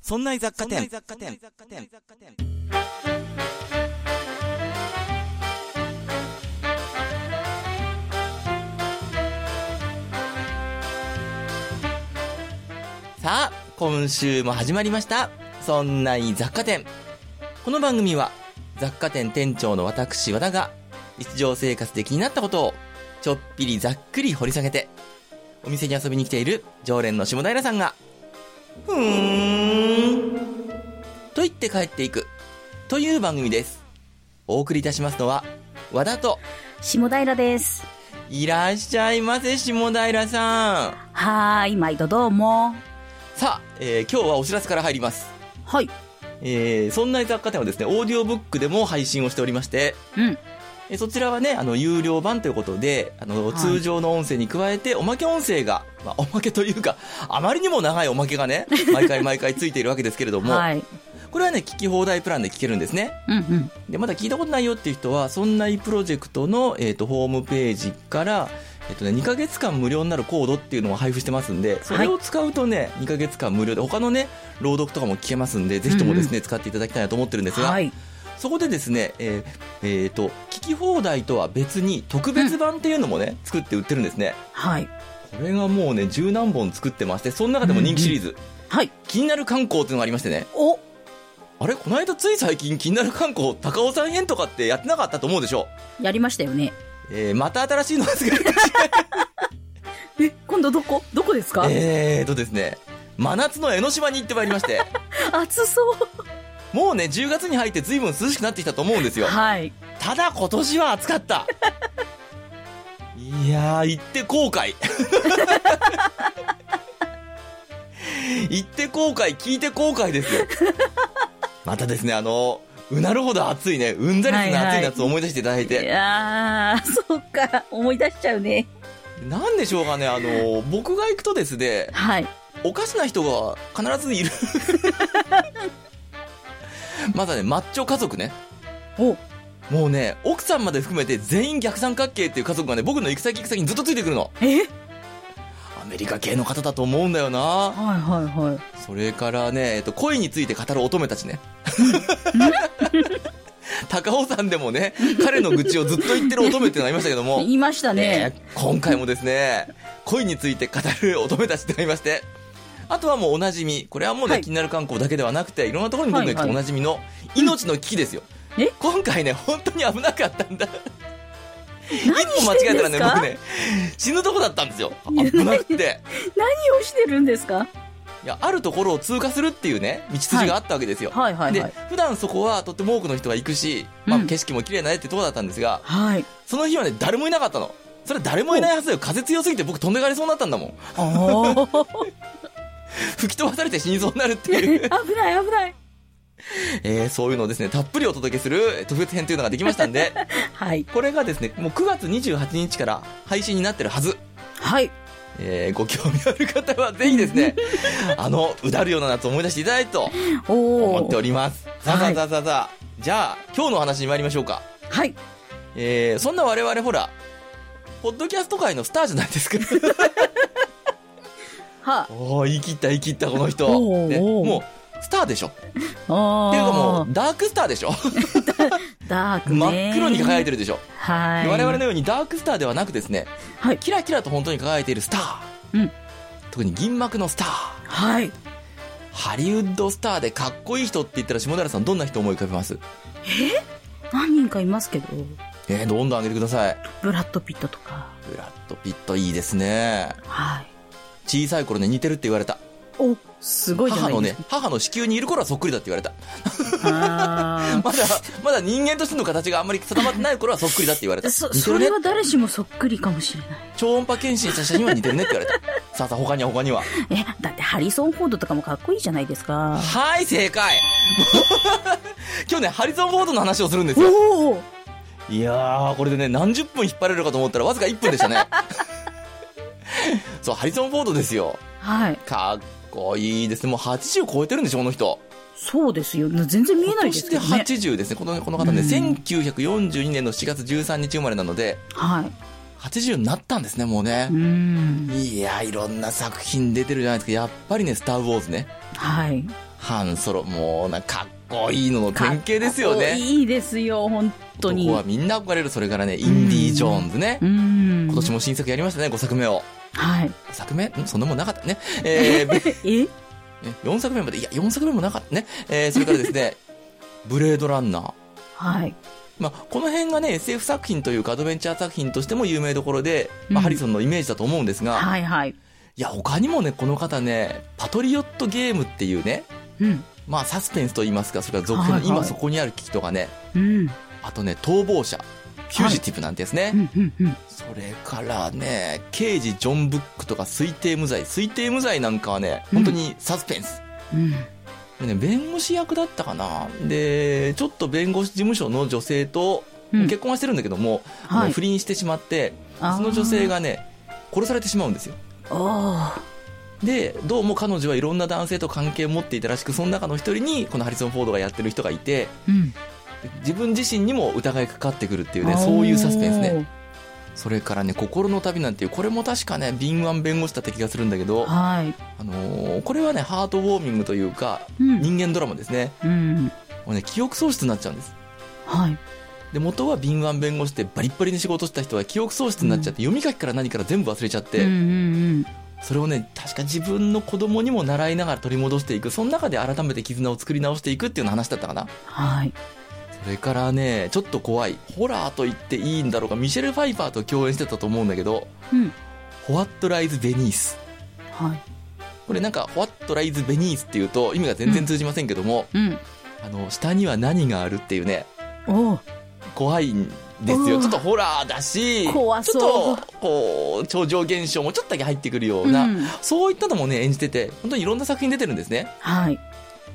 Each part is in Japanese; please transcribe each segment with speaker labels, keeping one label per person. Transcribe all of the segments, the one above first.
Speaker 1: そんな雑貨店。さあ、今週も始まりました。そんない雑貨店。この番組は、雑貨店店長の私、和田が、日常生活で気になったことを、ちょっぴりざっくり掘り下げて、お店に遊びに来ている常連の下平さんが、ふーん。と言って帰っていく。という番組です。お送りいたしますのは、和田と、
Speaker 2: 下平です。
Speaker 1: いらっしゃいませ、下平さん。
Speaker 2: はーい、毎度どうも。
Speaker 1: さあ、えー今日はお知らせから入ります。
Speaker 2: はい。
Speaker 1: えーそんな雑貨店はですね、オーディオブックでも配信をしておりまして、
Speaker 2: うん。
Speaker 1: えーそちらはね、あの、有料版ということで、あの、
Speaker 2: はい
Speaker 1: 通常の音声に加えて、おまけ音声が、まあ、おまけというか、あまりにも長いおまけがね、毎回毎回ついているわけですけれども、
Speaker 2: はい。
Speaker 1: これはね、聞き放題プランで聞けるんですね。
Speaker 2: うんうん。
Speaker 1: で、まだ聞いたことないよっていう人は、そんないプロジェクトの、えっ、と、ホームページから、えっ、とね、2ヶ月間無料になるコードっていうのを配布してますんで、それを使うとね、2ヶ月間無料で、他のね、朗読とかも聞けますんで、ぜひともですね、使っていただきたいなと思ってるんですが、
Speaker 2: はい。
Speaker 1: そこでですね、えーえーと、聞き放題とは別に、特別版っていうのもね、作って売ってるんですね。
Speaker 2: はい。
Speaker 1: これがもうね、十何本作ってまして、その中でも人気シリーズ、
Speaker 2: はい。
Speaker 1: 気になる観光っていうのがありましてね、
Speaker 2: お
Speaker 1: あれこの間つい最近気になる観光高尾山編とかってやってなかったと思うでしょ
Speaker 2: やりましたよね。
Speaker 1: えー、また新しいのが作ら れて
Speaker 2: え、今度どこどこですか、
Speaker 1: えーとですね真夏の江ノ島に行ってまいりまして
Speaker 2: 暑そう。
Speaker 1: もうね10月に入って随分涼しくなってきたと思うんですよ
Speaker 2: はい。
Speaker 1: ただ今年は暑かったいやー行って後 悔行って後悔聞いて後悔ですよまたですねあのうなるほど暑いねうんざりするな暑い夏を思い出していただい
Speaker 2: い
Speaker 1: て、
Speaker 2: やー、そっか。思い出しちゃうね。
Speaker 1: なんでしょうかね、あの、僕が行くとですね、
Speaker 2: はい。
Speaker 1: おかしな人が必ずいる。まだね、マッチョ家族ね。
Speaker 2: お
Speaker 1: もうね、奥さんまで含めて全員逆三角形っていう家族がね、僕の行く先行く先にずっとついてくるの。
Speaker 2: え
Speaker 1: アメリカ系の方だと思うんだよな。
Speaker 2: はいはいはい。
Speaker 1: それからね、えっと、恋について語る乙女たちね。高尾山でもね、彼の愚痴をずっと言ってる乙女っていうのがいましたけども。
Speaker 2: 言いましたね。
Speaker 1: えー今回もですね、恋について語る乙女たちとなりまして、あとはもうおなじみ、これはもうね、
Speaker 2: はい
Speaker 1: 気になる観光だけではなくて、いろんなところに僕が行く
Speaker 2: は
Speaker 1: と
Speaker 2: いは
Speaker 1: お
Speaker 2: い
Speaker 1: なじみの、命の危機ですよ。
Speaker 2: え
Speaker 1: 今回ね、本当に危なかったんだ。一
Speaker 2: 何
Speaker 1: 歩間違えたらね、
Speaker 2: して
Speaker 1: 僕
Speaker 2: ん
Speaker 1: ね、死ぬとこだったんですよ。危なくて。
Speaker 2: 何をしてるんですか
Speaker 1: いや、あるところを通過するっていうね、道筋があったわけですよ。
Speaker 2: はいはいは
Speaker 1: で
Speaker 2: い。、
Speaker 1: 普段そこはとっても多くの人が行くし、まあ、
Speaker 2: うん
Speaker 1: 景色も綺麗だねってとこだったんですが、
Speaker 2: はい。
Speaker 1: その日はね、誰もいなかったの。それ誰もいないはずだよ。風強すぎて僕飛んでかれそうになったんだもん。
Speaker 2: おー
Speaker 1: 吹き飛ばされて死にそうになるって
Speaker 2: 危
Speaker 1: いう、
Speaker 2: ない危ない。
Speaker 1: えーそういうのをですね、たっぷりお届けするえー特別編というのができましたん で、
Speaker 2: はい。
Speaker 1: これがですね、もう9月28日から配信になってるはず。
Speaker 2: はい。
Speaker 1: えーご興味ある方はぜひです ね、あの、うだるような夏を思い出していただいたと
Speaker 2: お
Speaker 1: 思ってお
Speaker 2: ー。
Speaker 1: ります。さあさ
Speaker 2: は
Speaker 1: あ
Speaker 2: い
Speaker 1: さあさあさあ、じゃあ、今日のお話に参りましょうか。
Speaker 2: はい。
Speaker 1: えーそんな我々ほら、ポッドキャスト界のスターじゃない ですか。
Speaker 2: は
Speaker 1: おー、言い切った言い切ったこの人。
Speaker 2: おー
Speaker 1: ね
Speaker 2: おー
Speaker 1: もう、スターでしょ。っていう
Speaker 2: あ。お
Speaker 1: かもう、ダークスターでしょ。
Speaker 2: ダークね。
Speaker 1: 真っ黒に輝い
Speaker 2: て
Speaker 1: てるでしょ。
Speaker 2: はい。
Speaker 1: 我々のようにダークスターではなくですね、
Speaker 2: はい
Speaker 1: キラキラと本当に輝いているスター、
Speaker 2: うん
Speaker 1: 特に銀幕のスター
Speaker 2: はい。
Speaker 1: ハリウッドスターでかっこいい人って言ったら下平さんどんな人思い浮かべます
Speaker 2: 何人かいますけど、
Speaker 1: えー、どんどん上げてください
Speaker 2: ブラッド・ピットとか。
Speaker 1: ブラッド・ピットいいですね
Speaker 2: はい。
Speaker 1: 小さい頃ね似てるって言われた
Speaker 2: お、すごいじゃ
Speaker 1: 母
Speaker 2: ない
Speaker 1: の
Speaker 2: です
Speaker 1: ね
Speaker 2: か。
Speaker 1: 母の子宮にいる頃はそっくりだって言わ れた
Speaker 2: あ
Speaker 1: まだまだ人間としての形があんまり定まってない頃はそっくりだって言われた
Speaker 2: ー そ、
Speaker 1: 似て
Speaker 2: そ
Speaker 1: る
Speaker 2: れ
Speaker 1: ね
Speaker 2: は誰しもそっくりかもしれない。
Speaker 1: 超音波検診した写真は似てるねって言われたさあさあ他には他には
Speaker 2: え、だってハリソン・フォードとかもかっこいいじゃないですか。
Speaker 1: はい正解 今日ねハリソン・フォードの話をするんですよ
Speaker 2: おお
Speaker 1: いやー、これでね、何十分引っ張れるかと思ったら、わずか1分でしたね。 そう、ハリソン・フォードですよ。
Speaker 2: はい。
Speaker 1: かっこいいですね。もう80超えてるんでしょ、この人。
Speaker 2: そうですよ。全然見えないですけど
Speaker 1: 今
Speaker 2: ね
Speaker 1: 年。で80ですね。このこの方ね、
Speaker 2: うん
Speaker 1: 1942年の4月13日生まれなので、
Speaker 2: はい。
Speaker 1: 80になったんですね、もうね
Speaker 2: うー。ん。
Speaker 1: いやー、いろんな作品出てるじゃないですか。やっぱりね、スター・ウォーズね。
Speaker 2: はい。
Speaker 1: 半ソロ、もうな、かっこいいのの典型ですよ
Speaker 2: かっこ
Speaker 1: ね。
Speaker 2: いいですよ、本当に。
Speaker 1: 男はみんな憧れる、それからね、インディ・ージョーンズね
Speaker 2: う。ん。
Speaker 1: 今年も新作やりましたね、5作目を。
Speaker 2: はい。
Speaker 1: 5作目んそんなもんなかったね。えー、 べ
Speaker 2: え
Speaker 1: ね4作目まで、いや、4作目もなかったね。えー、それからですね、 ブレードランナー。
Speaker 2: はい。
Speaker 1: まあ、この辺がね、SF 作品というかアドベンチャー作品としても有名どころで、ま
Speaker 2: う
Speaker 1: あ、
Speaker 2: ん
Speaker 1: ハリソンのイメージだと思うんですが、
Speaker 2: はいはい。
Speaker 1: いや、他にもね、この方ね、パトリオットゲームっていうね、
Speaker 2: うん。
Speaker 1: まあ、サスペンスと言いますか、それから続編、
Speaker 2: はいはい
Speaker 1: 今そこにある危機とかね、
Speaker 2: うん。
Speaker 1: あとね、逃亡者、フュージティブなんですね。
Speaker 2: うん。うん。うん。
Speaker 1: それからね、刑事ジョン・ブックとか推定無罪、推定無罪なんかはね、
Speaker 2: うん
Speaker 1: 本当にサスペンス。
Speaker 2: うん。
Speaker 1: でね、弁護士役だったかなで、ちょっと弁護士事務所の女性と、
Speaker 2: うん
Speaker 1: 結婚はしてるんだけども、
Speaker 2: はい
Speaker 1: もう不倫してしまって、
Speaker 2: あー
Speaker 1: その女性がね、殺されてしまうんですよ。
Speaker 2: おー
Speaker 1: で、どうも彼女はいろんな男性と関係を持っていたらしく、その中の一人に、このハリソン・フォードがやってる人がいて、
Speaker 2: うん。
Speaker 1: 自分自身にも疑いかかってくるっていうね、そういうサスペンスね。それからね、心の旅なんていう、これも確かね、敏腕弁護士だった気がするんだけ
Speaker 2: お
Speaker 1: ど
Speaker 2: ー。、はい。
Speaker 1: あのーこれはね、ハートウォーミングというか、
Speaker 2: うん。
Speaker 1: 人間ドラマですね。
Speaker 2: うん。
Speaker 1: もうね、記憶喪失になっちゃうんです。
Speaker 2: はい。
Speaker 1: で、元は敏腕弁護士でバリッバリに仕事してた人は記憶喪失になっちゃって、読み書きから何から全部忘れちゃって、
Speaker 2: うん。うん。
Speaker 1: それをね、確か自分の子供にも習いながら取り戻していく、その中で改めて絆を作り直していくっていうような話だったかな。
Speaker 2: はい。
Speaker 1: それからね、ちょっと怖い、ホラーと言っていいんだろうか、ミシェル・ファイパーと共演してたと思うんだけど、
Speaker 2: うん。
Speaker 1: ホワット・ライズ・ベニース。
Speaker 2: はい。
Speaker 1: これなんか、ホワット・ライズ・ベニースっていうと意味が全然通じませんけども、
Speaker 2: うん。
Speaker 1: あの、下には何があるっていうね、
Speaker 2: おー
Speaker 1: 怖いんです
Speaker 2: う
Speaker 1: よ。
Speaker 2: ん
Speaker 1: ちょっとホラーだし、
Speaker 2: 怖そう
Speaker 1: ちょっと、こう、超常現象もちょっとだけ入ってくるような、
Speaker 2: うん
Speaker 1: そういったのもね、演じてて、本当にいろんな作品出てるんですね。
Speaker 2: はい。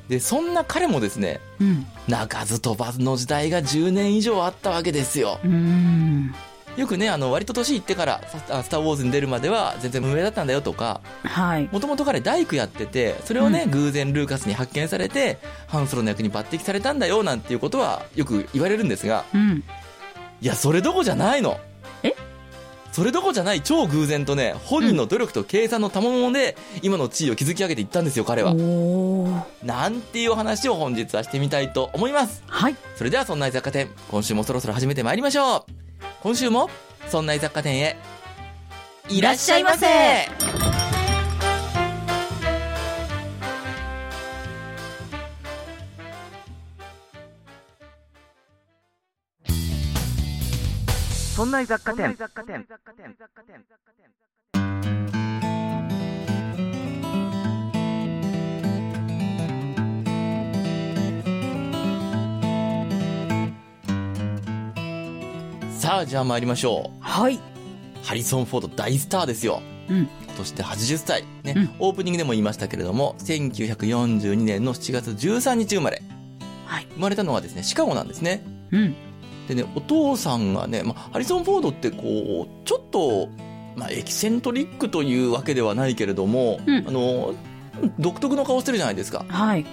Speaker 1: で、そんな彼もですね、
Speaker 2: うん。
Speaker 1: 鳴かず飛ばずの時代が10年以上あったわけですよ。
Speaker 2: うん。
Speaker 1: よくね、あの、割と年いってから、さあスター・ウォーズに出るまでは全然無名だったんだよとか、
Speaker 2: はい。
Speaker 1: もともと彼大工やってて、それをね、偶然ルーカスに発見されて、ハンソロの役に抜擢されたんだよ、なんていうことはよく言われるんですが、
Speaker 2: うん。
Speaker 1: いや、それどこじゃないの
Speaker 2: え
Speaker 1: それどこじゃない超偶然とね、本人の努力と計算の賜物で、今の地位を築き上げていったんですよ、彼は。
Speaker 2: おー
Speaker 1: なんていうお話を本日はしてみたいと思います。
Speaker 2: はい。
Speaker 1: それでは、そんな雑貨店、今週もそろそろ始めてまいりましょう。今週も、そんな雑貨店へ、いらっしゃいませそんな雑貨店。さあ、じゃあ参りましょ
Speaker 2: はい。
Speaker 1: う。ハリソン・フォード大スターですよ。
Speaker 2: うん。
Speaker 1: 今年で80歳。ね、
Speaker 2: うん
Speaker 1: オープニングでも言いましたけれども、1942年の7月13日生まれ。
Speaker 2: はい。
Speaker 1: 生まれたのはですね、シカゴなんですね。
Speaker 2: うん。
Speaker 1: でね、お父さんがね、まあ、ハリソン・フォードってこう、ちょっと、まあ、エキセントリックというわけではないけれども、
Speaker 2: うん
Speaker 1: あの、独特の顔してるじゃないですか。
Speaker 2: はい。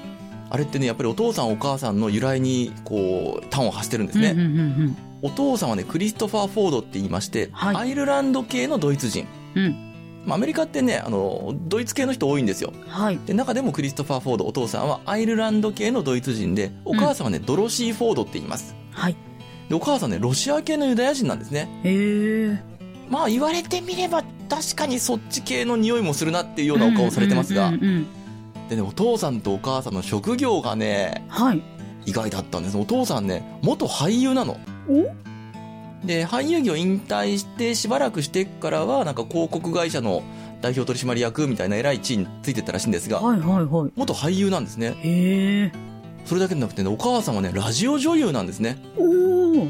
Speaker 1: あれってね、やっぱりお父さんお母さんの由来に、こう、端を発してるんですね。
Speaker 2: うんうんうん
Speaker 1: お父さんはね、クリストファー・フォードって言いまして、
Speaker 2: はい
Speaker 1: アイルランド系のドイツ人。
Speaker 2: うん。うん。
Speaker 1: まあ、アメリカってね、あの、ドイツ系の人多いんですよ。
Speaker 2: はい。
Speaker 1: で、中でもクリストファー・フォード、お父さんはアイルランド系のドイツ人で、お母さんはね、ドロシー・フォードって言います。
Speaker 2: はい。
Speaker 1: で、お母さんね、ロシア系のユダヤ人なんですね。
Speaker 2: へえ。
Speaker 1: まあ言われてみれば確かにそっち系の匂いもするなっていうようなお顔をされてますが、
Speaker 2: うんうんうんうん
Speaker 1: でね、お父さんとお母さんの職業がね、
Speaker 2: はい。
Speaker 1: 意外だったんです。お父さんね、元俳優なの。
Speaker 2: お
Speaker 1: で、俳優業引退してしばらくしてからは、なんか広告会社の代表取締役みたいな偉い地位についてたらしいんですが、
Speaker 2: はいはいは
Speaker 1: 元俳優なんですね。
Speaker 2: い。へえ。
Speaker 1: それだけじゃなくてね、お母さんはね、ラジオ女優なんですね。
Speaker 2: おお。
Speaker 1: だ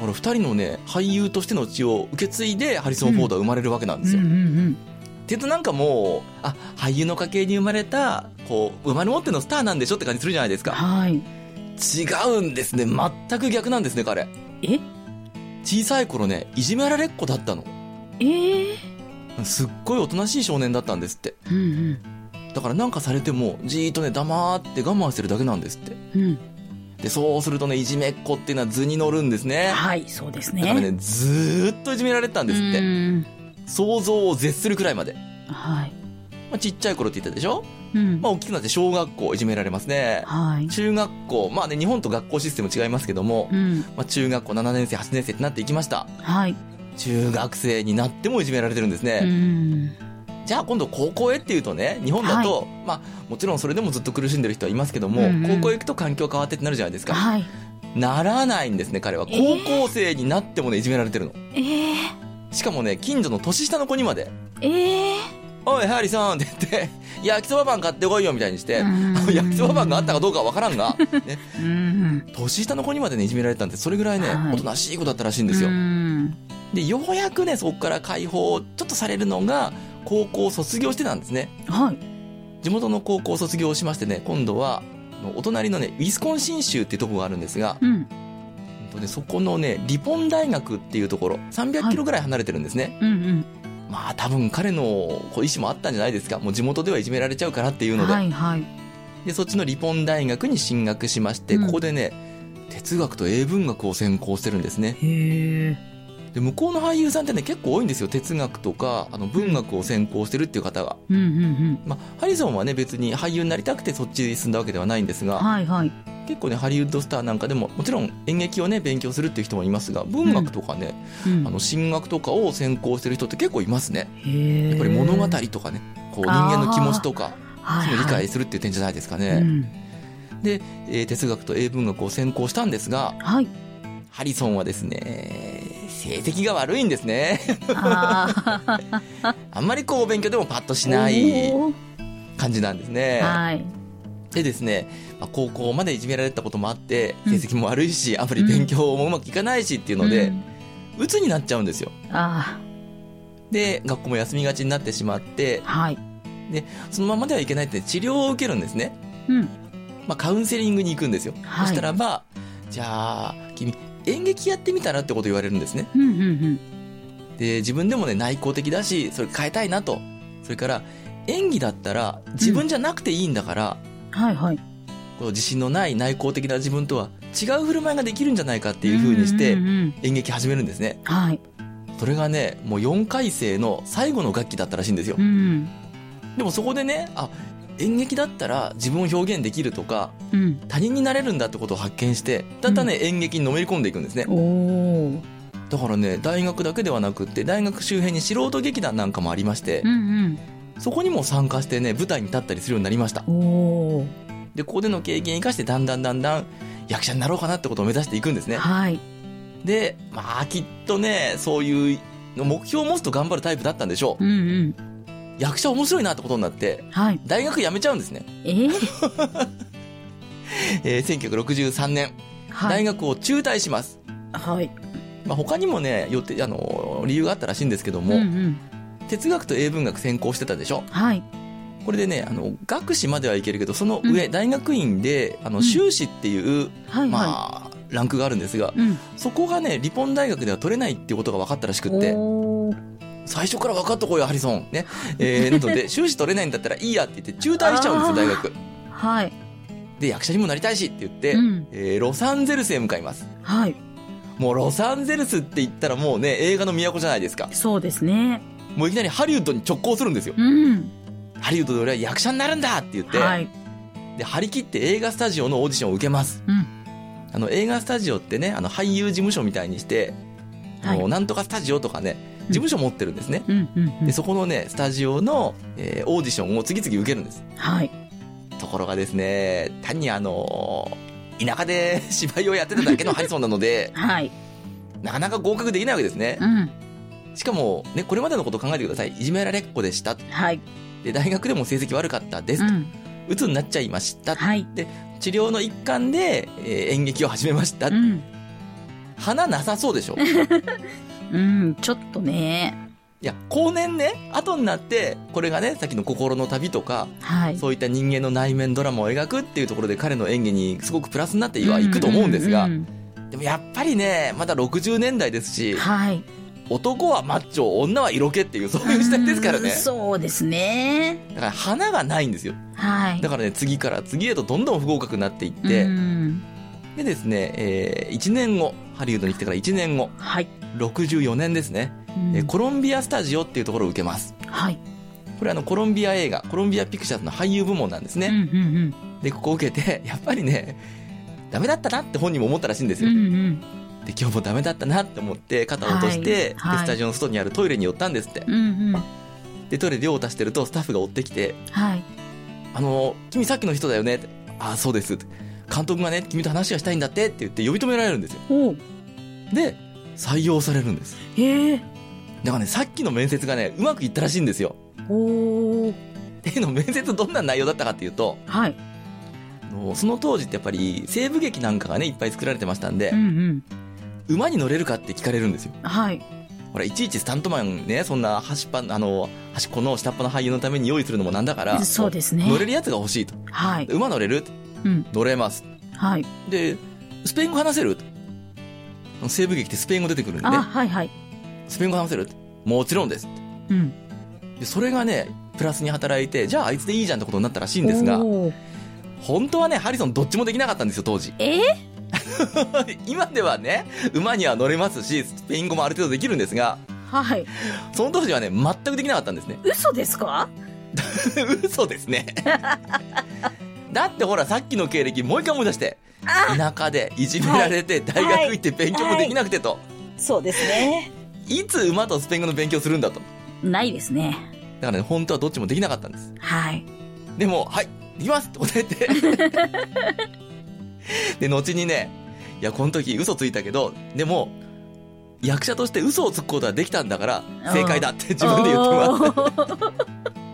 Speaker 1: から二人のね、俳優としての血を受け継いで、ハリソン・フォードは生まれるわけなん
Speaker 2: う
Speaker 1: で
Speaker 2: ん
Speaker 1: す
Speaker 2: う
Speaker 1: よ。
Speaker 2: ん
Speaker 1: っていうとなんかもう、あ、俳優の家系に生まれた、こう、生まれ持ってのスターなんでしょって感じするじゃないです
Speaker 2: うん。
Speaker 1: か。
Speaker 2: はい。
Speaker 1: 違うんですね。全く逆なんですね、彼。
Speaker 2: え
Speaker 1: 小さい頃ね、いじめられっ子だったの。
Speaker 2: ええ。
Speaker 1: すっごいおとなしい少年だったんですって。
Speaker 2: うん
Speaker 1: だからなんかされても、じーっとね、黙って我慢してるだけなんですって。
Speaker 2: うん。うん。
Speaker 1: で、そうするとね、いじめっ子っていうのは図に乗るんですね。
Speaker 2: はい、そうです
Speaker 1: だから
Speaker 2: ね。
Speaker 1: ね、ずーっといじめられてたんですって。
Speaker 2: うん
Speaker 1: 想像を絶するくらいまで。
Speaker 2: はい。
Speaker 1: まあ、ちっちゃい頃って言ったでしょ
Speaker 2: うん
Speaker 1: まあ、大きくなって小学校いじめられますね。
Speaker 2: はい。
Speaker 1: 中学校、まあね、日本と学校システム違いますけども、
Speaker 2: うん。
Speaker 1: まあ、中学校7年生、8年生ってなっていきました。
Speaker 2: はい。
Speaker 1: 中学生になってもいじめられてるんです
Speaker 2: う
Speaker 1: ね。
Speaker 2: ん。
Speaker 1: じゃあ今度高校へっていうとね、日本だと、まあもちろんそれでもずっと苦しんでる人はいますけども、
Speaker 2: うんうん
Speaker 1: 高校行くと環境変わってってなるじゃないですか。
Speaker 2: はい。
Speaker 1: ならないんですね、彼は。
Speaker 2: えー
Speaker 1: 高校生になってもね、いじめられてるの。
Speaker 2: ええ
Speaker 1: しかもね、近所の年下の子にまで、
Speaker 2: ええ
Speaker 1: おい、ハリさんって言って、 焼きそばパン買ってこいよみたいにして、
Speaker 2: うん
Speaker 1: 焼きそばパンがあったかどうかはわからんが、ね、
Speaker 2: うん。
Speaker 1: 年下の子にまでね、いじめられてたんで、それぐらいね、
Speaker 2: はい
Speaker 1: おとなしい子だったらしいんですよ
Speaker 2: う。ん
Speaker 1: で、ようやくね、そこから解放、ちょっとされるのが、高校を卒業してたんですね。
Speaker 2: はい。
Speaker 1: 地元の高校を卒業しましてね、今度は、あのお隣のね、ウィスコンシン州っていうとこがあるんですが、
Speaker 2: うん。
Speaker 1: うんとね、そこのね、リポン大学っていうところ、300キロぐらい離れてるんですね。
Speaker 2: うん。
Speaker 1: まあ多分彼のこう意思もあったんじゃないですか。もう地元ではいじめられちゃうからっていううんので。
Speaker 2: はいはい。
Speaker 1: で、そっちのリポン大学に進学しまして、
Speaker 2: うん
Speaker 1: ここでね、哲学と英文学を専攻してるんですね。
Speaker 2: へえ。
Speaker 1: で、向こうの俳優さんってね、結構多いんですよ。哲学とか、あの、文学を専攻してるっていう方が。
Speaker 2: うんうんうん。
Speaker 1: まあ、ハリソンはね、別に俳優になりたくてそっちに進んだわけではないんですが、
Speaker 2: はいはい。
Speaker 1: 結構ね、ハリウッドスターなんかでも、もちろん演劇をね、勉強するっていう人もいますが、文学とかね、
Speaker 2: うん
Speaker 1: あの、進学とかを専攻してる人って結構いますね。
Speaker 2: へえ。
Speaker 1: やっぱり物語とかね、こう、人間の気持ちとか、
Speaker 2: はい
Speaker 1: そ
Speaker 2: は
Speaker 1: の
Speaker 2: い
Speaker 1: 理解するっていう点じゃないですか
Speaker 2: う
Speaker 1: ね。
Speaker 2: ん
Speaker 1: で、えー哲学と英文学を専攻したんですが、
Speaker 2: はい。
Speaker 1: ハリソンはですね、成績が悪いんですね。
Speaker 2: ああ。
Speaker 1: あんまりこう、お勉強でもパッと しない
Speaker 2: おー
Speaker 1: 感じなんですね。
Speaker 2: はい。
Speaker 1: でですね、まあ高校までいじめられたこともあって、
Speaker 2: う
Speaker 1: 成
Speaker 2: ん
Speaker 1: 績も悪いし、あまり勉強もうまくいかないしっていうので、鬱になっちゃうんですよ。
Speaker 2: うん、あ
Speaker 1: で、学校も休みがちになってしまって
Speaker 2: あ、はい。
Speaker 1: そのままではいけないって治療を受けるんですね。
Speaker 2: うん。
Speaker 1: まあ、カウンセリングに行くんですよ。
Speaker 2: はい
Speaker 1: そしたらば、じゃあ、君、演劇やってみたらってこと言われるんですね。
Speaker 2: うんうん
Speaker 1: で、自分でもね、内向的だし、それ変えたいなと。それから、演技だったら、自分じゃなくていいんだから、
Speaker 2: うん。はいはい。っ
Speaker 1: こう自信のない内向的な自分とは違う振る舞いができるんじゃないかっていう風にして、演劇始めるんですね。
Speaker 2: はい。
Speaker 1: それがね、もう4回生の最後の楽器だったらしいんですよ
Speaker 2: う。ん。
Speaker 1: でもそこでね、あ、演劇だったら自分を表現できるとか、
Speaker 2: うん。
Speaker 1: 他人になれるんだってことを発見して、だんだんね、演劇にのめり込んでいくんですね。
Speaker 2: おお。
Speaker 1: だからね、大学だけではなくって、大学周辺に素人劇団なんかもありまして
Speaker 2: う、ん
Speaker 1: そこにも参加してね、舞台に立ったりするようになりました
Speaker 2: うん。。おお。
Speaker 1: で、ここでの経験を生かして、だんだんだんだん役者になろうかなってことを目指していくんですね。
Speaker 2: はい。
Speaker 1: で、まあ、きっとね、そういうの目標を持つと頑張るタイプだったんでしょ
Speaker 2: う
Speaker 1: う。
Speaker 2: んうん。
Speaker 1: 役者面白いなってことになって、
Speaker 2: はい。
Speaker 1: 大学辞めちゃうんですね。
Speaker 2: えー、
Speaker 1: えー1963年、
Speaker 2: は
Speaker 1: 大
Speaker 2: い。
Speaker 1: 学を中退します。
Speaker 2: はい。
Speaker 1: まあ、他にもね、予定、あの、理由があったらしいんですけども、
Speaker 2: うんうん。
Speaker 1: 哲学と英文学専攻してたでしょ
Speaker 2: はい。
Speaker 1: これでね、あの、学士まではいけるけど、その上、大学院で、あの、修士っていう、
Speaker 2: はいはい。
Speaker 1: まあ、ランクがあるんですが、
Speaker 2: うん。
Speaker 1: そこがね、リポン大学では取れないっていうことが分かったらしくって、
Speaker 2: おー
Speaker 1: 最初から分かっとこうよ、ハリソン。ね。えー、なの で、修士取れないんだったらいいやって言って、中退しちゃうんですよ、大学。
Speaker 2: はい。
Speaker 1: で、役者にもなりたいしって言って、
Speaker 2: うん。
Speaker 1: えーロサンゼルスへ向かいます。
Speaker 2: はい。
Speaker 1: もうロサンゼルスって言ったらもうね、映画の都じゃないですか。
Speaker 2: そうですね。
Speaker 1: もういきなりハリウッドに直行するんですよ。
Speaker 2: うん。
Speaker 1: ハリウッドで俺は役者になるんだって言って、
Speaker 2: はい。
Speaker 1: で、張り切って映画スタジオのオーディションを受けます。
Speaker 2: うん
Speaker 1: あの、映画スタジオってね、あの、俳優事務所みたいにして、
Speaker 2: はい
Speaker 1: あのなんとかスタジオとかね、事務所持ってるんですね。
Speaker 2: うんうんう
Speaker 1: で、
Speaker 2: ん。
Speaker 1: そこのね、スタジオの、えーオーディションを次々受けるんです。
Speaker 2: はい。
Speaker 1: ところがですね、単にあのー田舎で芝居をやってただけのハリソンなので、
Speaker 2: はい。
Speaker 1: なかなか合格できないわけですね
Speaker 2: う。ん。
Speaker 1: しかも、ね、これまでのことを考えてください。いじめられっ子でした。
Speaker 2: はい。
Speaker 1: で、大学でも成績悪かったです
Speaker 2: う。ん。
Speaker 1: うつになっちゃいました。
Speaker 2: はい。
Speaker 1: 治療の一環で、えー演劇を始めました
Speaker 2: う。ん。
Speaker 1: 花なさそうでし ょい
Speaker 2: うん。ちょっとね。
Speaker 1: や、後年ね、後になって、これがね、さっきの心の旅とか、
Speaker 2: はい。
Speaker 1: そういった人間の内面ドラマを描くっていうところで彼の演技にすごくプラスになってはいくと思うんですが、
Speaker 2: ううん
Speaker 1: でもやっぱりね、まだ60年代ですし、
Speaker 2: はい。
Speaker 1: 男はマッチョ、女は色気っていう、そういう時代ですから
Speaker 2: うん
Speaker 1: ね。
Speaker 2: そうですね。
Speaker 1: だから花がないんですよ。
Speaker 2: はい。
Speaker 1: だからね、次から次へとどんどん不合格になっていって、
Speaker 2: うん
Speaker 1: でですね、え1年後、ハリウッドに来てから1年後、
Speaker 2: はい。
Speaker 1: 64年ですね、
Speaker 2: うん
Speaker 1: えーコロンビアスタジオっていうところを受けます。
Speaker 2: はい。
Speaker 1: これあのコロンビア映画コロンビアピクチャーズの俳優部門なんです
Speaker 2: う
Speaker 1: ね、
Speaker 2: んうん
Speaker 1: でここを受けて やっぱりねダメだったなって本人も思ったらしいんです
Speaker 2: うんう
Speaker 1: よ、
Speaker 2: ん
Speaker 1: で
Speaker 2: うん
Speaker 1: 今日もダメだったなって思って肩を落として、
Speaker 2: はいはい
Speaker 1: でスタジオの外にあるトイレに寄ったんですって
Speaker 2: うんうん
Speaker 1: でトイレで用を足してるとスタッフが追ってきて
Speaker 2: はい
Speaker 1: あの、君さっきの人だよねって。ああ、そうですって。監督がね、君と話がしたいんだってって言って呼び止められるんですよ。
Speaker 2: おう
Speaker 1: で、採用されるんです。
Speaker 2: へえ
Speaker 1: だからね、さっきの面接がね、うまくいったらしいんですよ。
Speaker 2: おー
Speaker 1: っていうの、面接どんな内容だったかっていうと、
Speaker 2: はい
Speaker 1: あのその当時ってやっぱり西部劇なんかがね、いっぱい作られてましたんで
Speaker 2: う、ん
Speaker 1: 馬に乗れるかって聞かれるんですよ
Speaker 2: う。んはい
Speaker 1: ほら、いちいちスタントマンね、そんな端っぱ、あの、端っこの下っ端の俳優のために用意するのもなんだから、
Speaker 2: そうですね
Speaker 1: 乗れるやつが欲しいと。
Speaker 2: はい
Speaker 1: 馬乗れる
Speaker 2: うん
Speaker 1: 乗れます。
Speaker 2: はい
Speaker 1: で、スペイン語話せる西部劇ってスペイン語出てくるんで、
Speaker 2: あはいはい
Speaker 1: スペイン語話せるもちろんです。
Speaker 2: うん
Speaker 1: で、それがね、プラスに働いて、じゃああいつでいいじゃんってことになったらしいんですが、
Speaker 2: おー。
Speaker 1: 本当はね、ハリソンどっちもできなかったんですよ、当時
Speaker 2: え
Speaker 1: 今ではね、馬には乗れますし、スペイン語もある程度できるんですが、
Speaker 2: はい
Speaker 1: その当時はね、全くできなかったんですね。
Speaker 2: 嘘ですか
Speaker 1: 嘘です ね。だってほら、さっきの経歴、もう一回思い出して、田舎でいじめられて、大学行って勉強もできなくてと、
Speaker 2: そうですね
Speaker 1: いつ馬とスペイン語の勉強するんだと。
Speaker 2: ないですね
Speaker 1: だからね、本当はどっちもできなかったんです。
Speaker 2: はい
Speaker 1: でも、はい、できますって答え て。で、後にね、いや、この時嘘ついたけど、でも、役者として嘘をつくことはできたんだから、正解だって自分で言ってもらっ
Speaker 2: ってます
Speaker 1: て。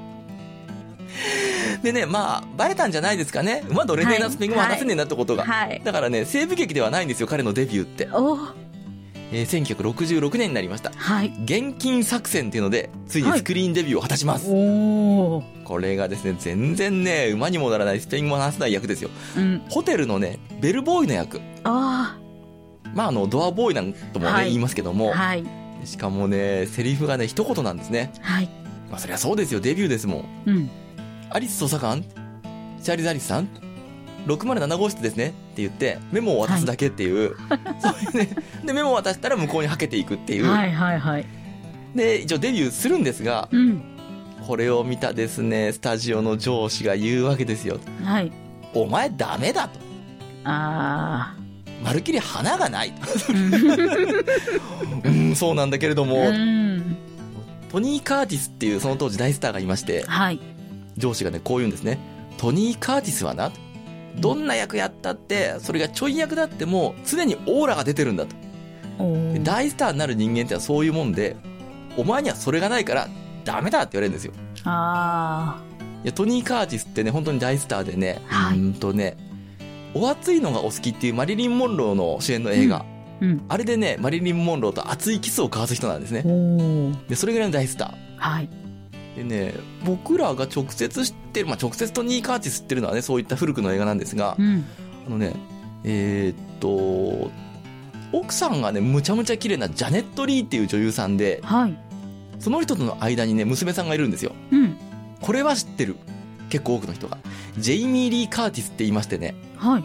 Speaker 1: でね、まあ、バレたんじゃないですかね。馬乗れねえな、
Speaker 2: はい
Speaker 1: スペイン語も話せねえなってことが。
Speaker 2: はい
Speaker 1: だからね、西部劇ではないんですよ、彼のデビューって。
Speaker 2: おー
Speaker 1: えー1966年になりました。
Speaker 2: はい
Speaker 1: 現金作戦っていうので、ついにスクリーンデビューを果たします。
Speaker 2: おお
Speaker 1: これがですね、全然ね、馬にもならない、スペイン語も話せない役ですよ。
Speaker 2: うん
Speaker 1: ホテルのね、ベルボーイの役。
Speaker 2: あ
Speaker 1: まあ、あの、ドアボーイなんともね、
Speaker 2: はい
Speaker 1: 言いますけど
Speaker 2: あ
Speaker 1: も、
Speaker 2: はい
Speaker 1: しかもね、セリフがね、一言なんですね。
Speaker 2: はい
Speaker 1: まあ、そりゃそうですよ、デビューですもん。
Speaker 2: うん
Speaker 1: アリス捜査官チャーリーズ・アリスさん ?607 号室ですねって言って、メモを渡すだけっていう。そういうね。で、メモを渡したら向こうにはけていくっていう。
Speaker 2: はいはいはい
Speaker 1: で、一応デビューするんですが、
Speaker 2: うん
Speaker 1: これを見たですね、スタジオの上司が言うわけですよ。
Speaker 2: はい
Speaker 1: お前ダメだと。
Speaker 2: あ
Speaker 1: まるっきり花がない。
Speaker 2: あ うん
Speaker 1: うん、そうなんだけれども、
Speaker 2: うん
Speaker 1: トニー・カーティスっていうその当時大スターがいまして、
Speaker 2: はい
Speaker 1: 上司がね、こう言うんですね。トニー・カーティスはな、どんな役やったって、それがちょい役だっても、常にオーラが出てるんだと。
Speaker 2: おー
Speaker 1: で大スターになる人間ってのはそういうもんで、お前にはそれがないから、ダメだって言われるんですよ。
Speaker 2: あ
Speaker 1: いや、トニー・カーティスってね、本当に大スターでね、
Speaker 2: はいう
Speaker 1: ーんとね、お熱いのがお好きっていうマリリン・モンローの主演の映画。
Speaker 2: あうん
Speaker 1: あれでね、マリリン・モンローと熱いキスを交わす人なんですね。
Speaker 2: おお
Speaker 1: で、それぐらいの大スター。
Speaker 2: はい
Speaker 1: でね、僕らが直接知ってる、まあ、直接トニー・カーティス知ってるのはね、そういった古くの映画なんですが
Speaker 2: う、ん
Speaker 1: あのね、えーっと、奥さんがね、むちゃむちゃ綺麗なジャネット・リーっていう女優さんで、
Speaker 2: はい
Speaker 1: その人との間にね、娘さんがいるんですよ。
Speaker 2: うん
Speaker 1: これは知ってる。結構多くの人が。ジェイミー・リー・カーティスって言いましてね、
Speaker 2: はい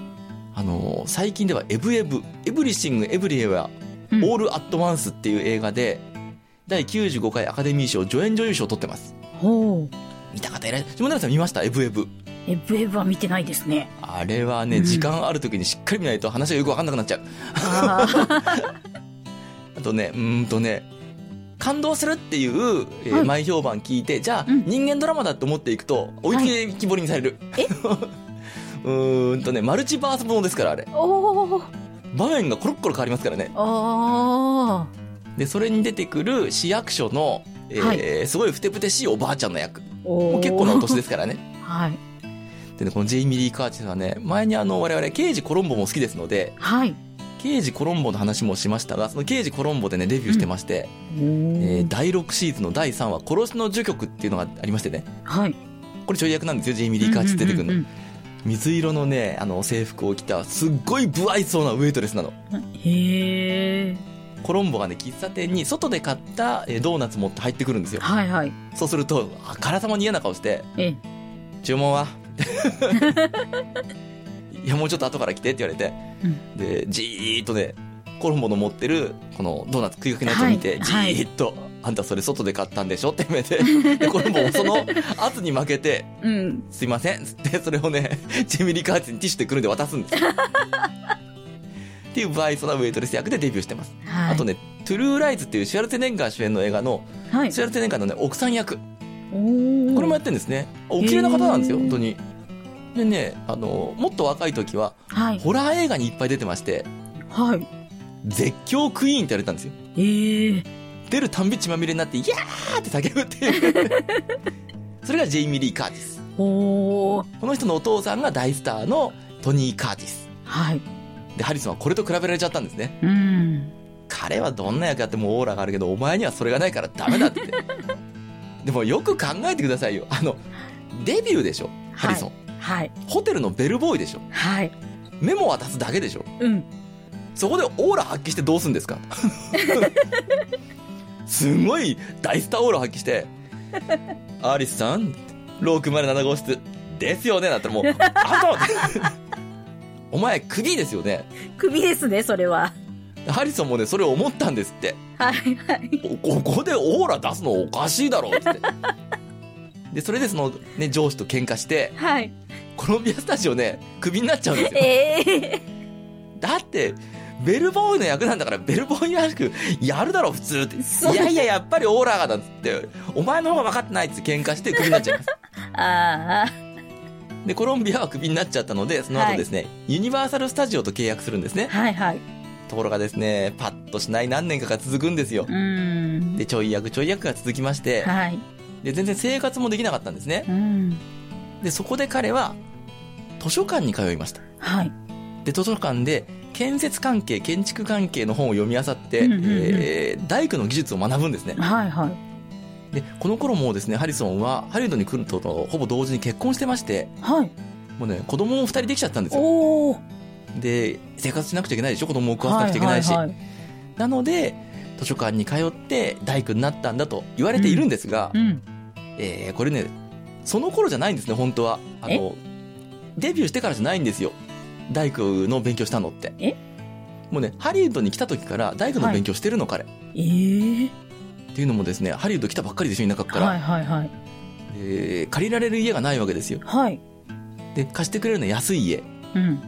Speaker 1: あのー最近ではエブエブ、エブリシング・エブリエは、
Speaker 2: うん
Speaker 1: オール・アット・ワンスっていう映画で、第95回アカデミー賞助演女優賞を取ってます。
Speaker 2: ほう
Speaker 1: 見た方いらっしゃる。下村さん見ましたエブエブ。
Speaker 2: エブエブは見てないですね
Speaker 1: あれはね、
Speaker 2: うん
Speaker 1: 時間ある時にしっかり見ないと話がよくわかんなくなっちゃう。
Speaker 2: あー
Speaker 1: あとね、うーんとね、感動するっていう、えー
Speaker 2: はい
Speaker 1: 前評判聞いて、じゃあ、
Speaker 2: うん
Speaker 1: 人間ドラマだって思っていくと、置いてきぼりにされる。
Speaker 2: え
Speaker 1: うーんとね、マルチバースものですから、あれ。
Speaker 2: おお
Speaker 1: 場面がコロッコロ変わりますからね。
Speaker 2: あ
Speaker 1: で、それに出てくる市役所の、えーすごいふてぶてしいおばあちゃんの役。
Speaker 2: ーお
Speaker 1: もう
Speaker 2: ー
Speaker 1: 結構なお年ですからね。
Speaker 2: はい
Speaker 1: でね、このジェイミリー・カーチさんはね、前にあの、我々、刑事コロンボも好きですので、
Speaker 2: はい
Speaker 1: 刑事コロンボの話もしましたが、その刑事コロンボでね、デビューしてまして、
Speaker 2: おー
Speaker 1: えー第6シーズンの第3話、殺しの呪曲っていうのがありましてね、
Speaker 2: はい
Speaker 1: これちょい役なんですよ、ジェイミー・リー・カーチ出てくるの。
Speaker 2: うんうん
Speaker 1: 水色のね、あの、制服を着た、すっごい不愛想なウェイトレスなの。
Speaker 2: うんへえ
Speaker 1: コロンボがね、喫茶店に外で買ったえードーナツ持って入ってくるんですよ。
Speaker 2: はいはい
Speaker 1: そうすると、あからさまに嫌な顔して、
Speaker 2: え
Speaker 1: 注文は いや、もうちょっと後から来てって言われて、で、じーっとね、コロンボの持ってる、このドーナツ食いかけのやつを見て、
Speaker 2: はい
Speaker 1: じーっと、あんたそれ外で買ったんでしょって言わ れて、で、これもうその圧に負けて、
Speaker 2: うん。
Speaker 1: すいませんっつって、それをね、ジェミリカーツにティッシュでくるんで渡すんですよ。っていうバイソなウェイトレス役でデビューしてます。
Speaker 2: はい。
Speaker 1: あとね、トゥルーライズっていうシュワルツェネンガー主演の映画の、
Speaker 2: はい。
Speaker 1: シュワルツェネンガーのね、奥さん役。
Speaker 2: おお。
Speaker 1: これもやってるんですね。お綺麗な方なんですよ、
Speaker 2: へー
Speaker 1: 本当に。でね、あの、もっと若い時は、
Speaker 2: はい。
Speaker 1: ホラー映画にいっぱい出てまして、
Speaker 2: はい。
Speaker 1: 絶叫クイーンって言われたんですよ。
Speaker 2: ええ
Speaker 1: 出るたんび血まみれになって、イヤーって叫ぶっていう。 それがジェイミリー・カーティス。
Speaker 2: おお。
Speaker 1: この人のお父さんが大スターのトニー・カーティス。
Speaker 2: はい。
Speaker 1: で、ハリソンはこれと比べられちゃったんですね。
Speaker 2: うん。
Speaker 1: 彼はどんな役やってもオーラがあるけど、お前にはそれがないからダメだって。でもよく考えてくださいよ。あの、デビューでしょ、ハリソン。
Speaker 2: はい。
Speaker 1: ホテルのベルボーイでしょ。
Speaker 2: はい。
Speaker 1: メモ渡すだけでしょ。
Speaker 2: うん。
Speaker 1: そこでオーラ発揮してどうすんですか すごい大スターオーラ発揮して、アリスさん、607号室、ですよねなったらもう、あと お前、クビですよね。
Speaker 2: 首ですね、それは。
Speaker 1: ハリソンもね、それを思ったんですって。
Speaker 2: はいはい。
Speaker 1: こここでオーラ出すのおかしいだろうって。で、それでその、ね、上司と喧嘩して、
Speaker 2: はい。
Speaker 1: コロンビアスタジオね、クビになっちゃうんですよ。
Speaker 2: ええ
Speaker 1: だって、ベルボーイの役なんだから、ベルボーイらしくやるだろ、普通って。
Speaker 2: そう
Speaker 1: いやいや、やっぱりオーラがだっつって、お前の方が分かってないっつって喧嘩してクビになっちゃい ます。
Speaker 2: ああ。
Speaker 1: で、コロンビアはクビになっちゃったので、その後ですね、ユニバーサル・スタジオと契約するんですね。
Speaker 2: はいはい。
Speaker 1: ところがですね、パッとしない何年かが続くんですよ
Speaker 2: う。ん。
Speaker 1: で、ちょい役ちょい役が続きまして、
Speaker 2: はい。
Speaker 1: で、全然生活もできなかったんですね。
Speaker 2: うん。
Speaker 1: で、そこで彼は、図書館に通いました。
Speaker 2: はい。
Speaker 1: で、図書館で、建設関係、建築関係の本を読み漁って、
Speaker 2: うんうんうん
Speaker 1: えー大工の技術を学ぶんですね。
Speaker 2: はいはい。
Speaker 1: で、この頃もですね、ハリソンは、ハリウッドに来るととほぼ同時に結婚してまして、
Speaker 2: はい。
Speaker 1: もうね、子供も二人できちゃったんですよ。
Speaker 2: おお。
Speaker 1: で、生活しなくちゃいけないでしょ子供を食わせなくちゃいけないし。
Speaker 2: はいはいはい
Speaker 1: なので、図書館に通って大工になったんだと言われているんですが、
Speaker 2: うん。
Speaker 1: えー、これね、その頃じゃないんですね、本当は。あの、デビューしてからじゃないんですよ。大工の勉強したのって。
Speaker 2: え
Speaker 1: もうね、ハリウッドに来た時から大工の勉強してるの、彼。
Speaker 2: ええ
Speaker 1: っていうのもですね、ハリウッド来たばっかりでしょ、田舎から。
Speaker 2: はいはいはい。
Speaker 1: えー借りられる家がないわけですよ。
Speaker 2: はい。
Speaker 1: で、貸してくれるのは安い家。
Speaker 2: うん。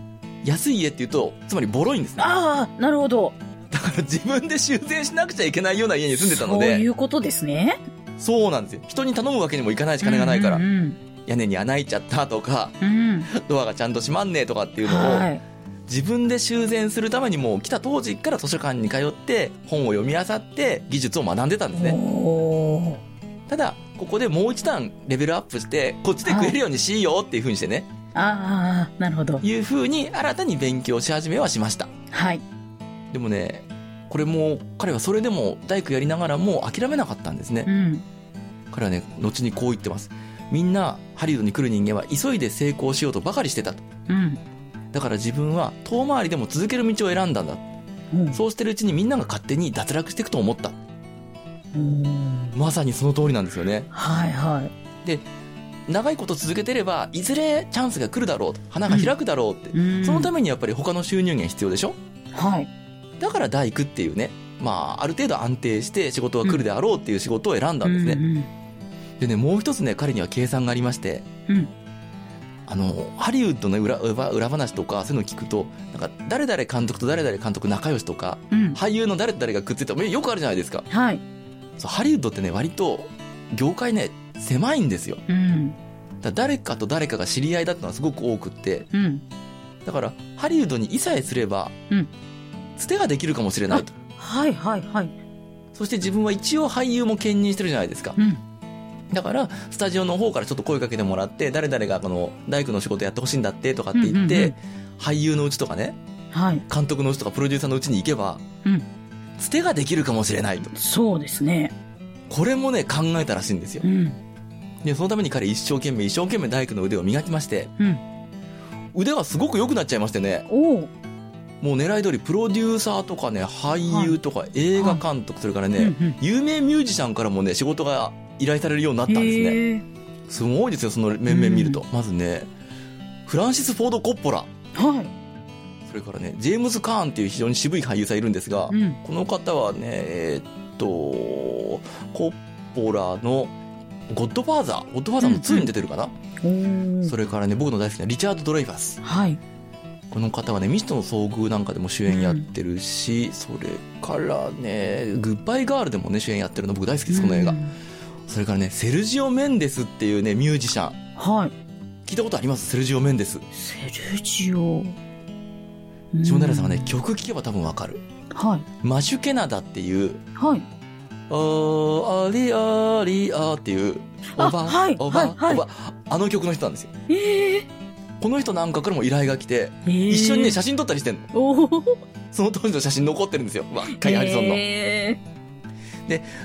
Speaker 1: 安い家っていうと、つまりボロいんですね。
Speaker 2: ああ、なるほど。
Speaker 1: だから自分で修繕しなくちゃいけないような家に住んでたの
Speaker 2: そうい
Speaker 1: で、
Speaker 2: うことですね。
Speaker 1: そうなんですよ。人に頼むわけにもいかないし、金がないから
Speaker 2: うん。
Speaker 1: 屋根に穴開いちゃったとか、
Speaker 2: うんうん。
Speaker 1: ドアがちゃんと閉まんねえとかって
Speaker 2: う
Speaker 1: い
Speaker 2: ん
Speaker 1: うのを、
Speaker 2: はい。
Speaker 1: 自分で修繕するためにもう来た当時から図書館に通って本を読み漁って技術を学んでたんですね。
Speaker 2: おー
Speaker 1: ただ、ここでもう一段レベルアップして、こっちで食えるようにしようっていう風にしてね、
Speaker 2: ああ、なるほど。
Speaker 1: い、う風に新たに勉強し始めはしました。
Speaker 2: はい。
Speaker 1: でもね、これも彼はそれでも大工やりながらも諦めなかったんですね
Speaker 2: う。ん。
Speaker 1: 彼はね、後にこう言ってます。みんなハリウッドに来る人間は急いで成功しようとばかりしてたと。
Speaker 2: うん。
Speaker 1: だから自分は遠回りでも続ける道を選んだんだ。
Speaker 2: うん
Speaker 1: そうしてるうちにみんなが勝手に脱落していくと思った。
Speaker 2: うん
Speaker 1: まさにその通りなんですよね。
Speaker 2: はいはい。
Speaker 1: 長いこと続けてれば、いずれチャンスが来るだろうと。花が開くだろうって。
Speaker 2: うん
Speaker 1: そのためにやっぱり他の収入源必要でしょ
Speaker 2: はい。
Speaker 1: だから大工っていうね。まあ、ある程度安定して仕事が来るであろうっていう仕事を選んだんですね。
Speaker 2: ね。
Speaker 1: でね、もう一つね、彼には計算がありまして、
Speaker 2: うん。
Speaker 1: あの、ハリウッドの裏裏裏話とか、そういうの聞くと、なんか、誰々監督と誰々監督仲良しとか、
Speaker 2: うん。
Speaker 1: 俳優の誰々がくっついたよくあるじゃないですか。
Speaker 2: はい。
Speaker 1: そうハリウッドってね、割と、業界ね、狭いんですよ。
Speaker 2: うん。
Speaker 1: だから誰かと誰かが知り合いだったのはすごく多くって、
Speaker 2: うん。
Speaker 1: だから、ハリウッドにいさえすれば、
Speaker 2: うん
Speaker 1: つてができるかもしれないと。
Speaker 2: はいはいはい。
Speaker 1: そして自分は一応俳優も兼任してるじゃないですか。
Speaker 2: うん。
Speaker 1: だから、スタジオの方からちょっと声かけてもらって、誰々がこの、大工の仕事やってほしいんだってとかって言って、
Speaker 2: うんうん
Speaker 1: 俳優のうちとかね、
Speaker 2: はい。
Speaker 1: 監督のうちとかプロデューサーのうちに行けば、
Speaker 2: うん
Speaker 1: つてができるかもしれないと。
Speaker 2: そうですね。
Speaker 1: これもね、考えたらしいんですよ
Speaker 2: う。ん。
Speaker 1: で、そのために彼一生懸命一生懸命大工の腕を磨きまして、
Speaker 2: うん。
Speaker 1: 腕がすごく良くなっちゃいましてね、
Speaker 2: おお。
Speaker 1: もう狙い通りプロデューサーとかね、俳優とか映画監督、それからね、
Speaker 2: うんうん
Speaker 1: 有名ミュージシャンからもね、仕事が依頼されるようになったんですね。
Speaker 2: へえ。
Speaker 1: すごいですよ、その面々見ると。まずね、フランシス・フォード・コッポラ。
Speaker 2: は
Speaker 1: それからね、ジェームズ・カーンっていう非常に渋い俳優さんいるんですが、
Speaker 2: い。うん。
Speaker 1: この方はね、えーっと、コッポラの、ゴッドファーザー、ゴッドファーザーの2に出てるかな、
Speaker 2: おー
Speaker 1: それからね、僕の大好きなリチャード・ドレイファス。
Speaker 2: はい。
Speaker 1: この方はね、ミストの遭遇なんかでも主演やってるし、それからね、グッバイガールでもね、主演やってるの僕大好きです、この映画。
Speaker 2: うん
Speaker 1: それからね、セルジオ・メンデスっていうね、ミュージシャン。
Speaker 2: はい。
Speaker 1: 聞いたことありますセルジオ・メンデス。
Speaker 2: セルジオ。うん
Speaker 1: 下平さんはね、。曲聴けば多分わかる。
Speaker 2: はい。
Speaker 1: マシュケナダっていう、
Speaker 2: はい。
Speaker 1: あー、ありあーりあーっていう、
Speaker 2: あ
Speaker 1: おば、
Speaker 2: はい
Speaker 1: おば、
Speaker 2: はいはい
Speaker 1: おば、あの曲の人なんですよ。
Speaker 2: ええ
Speaker 1: この人なんかからも依頼が来て、一緒にね、写真撮ったりしてんの。
Speaker 2: 真。おー
Speaker 1: その当時の写真残ってるんですよ。若いハリソンの。
Speaker 2: え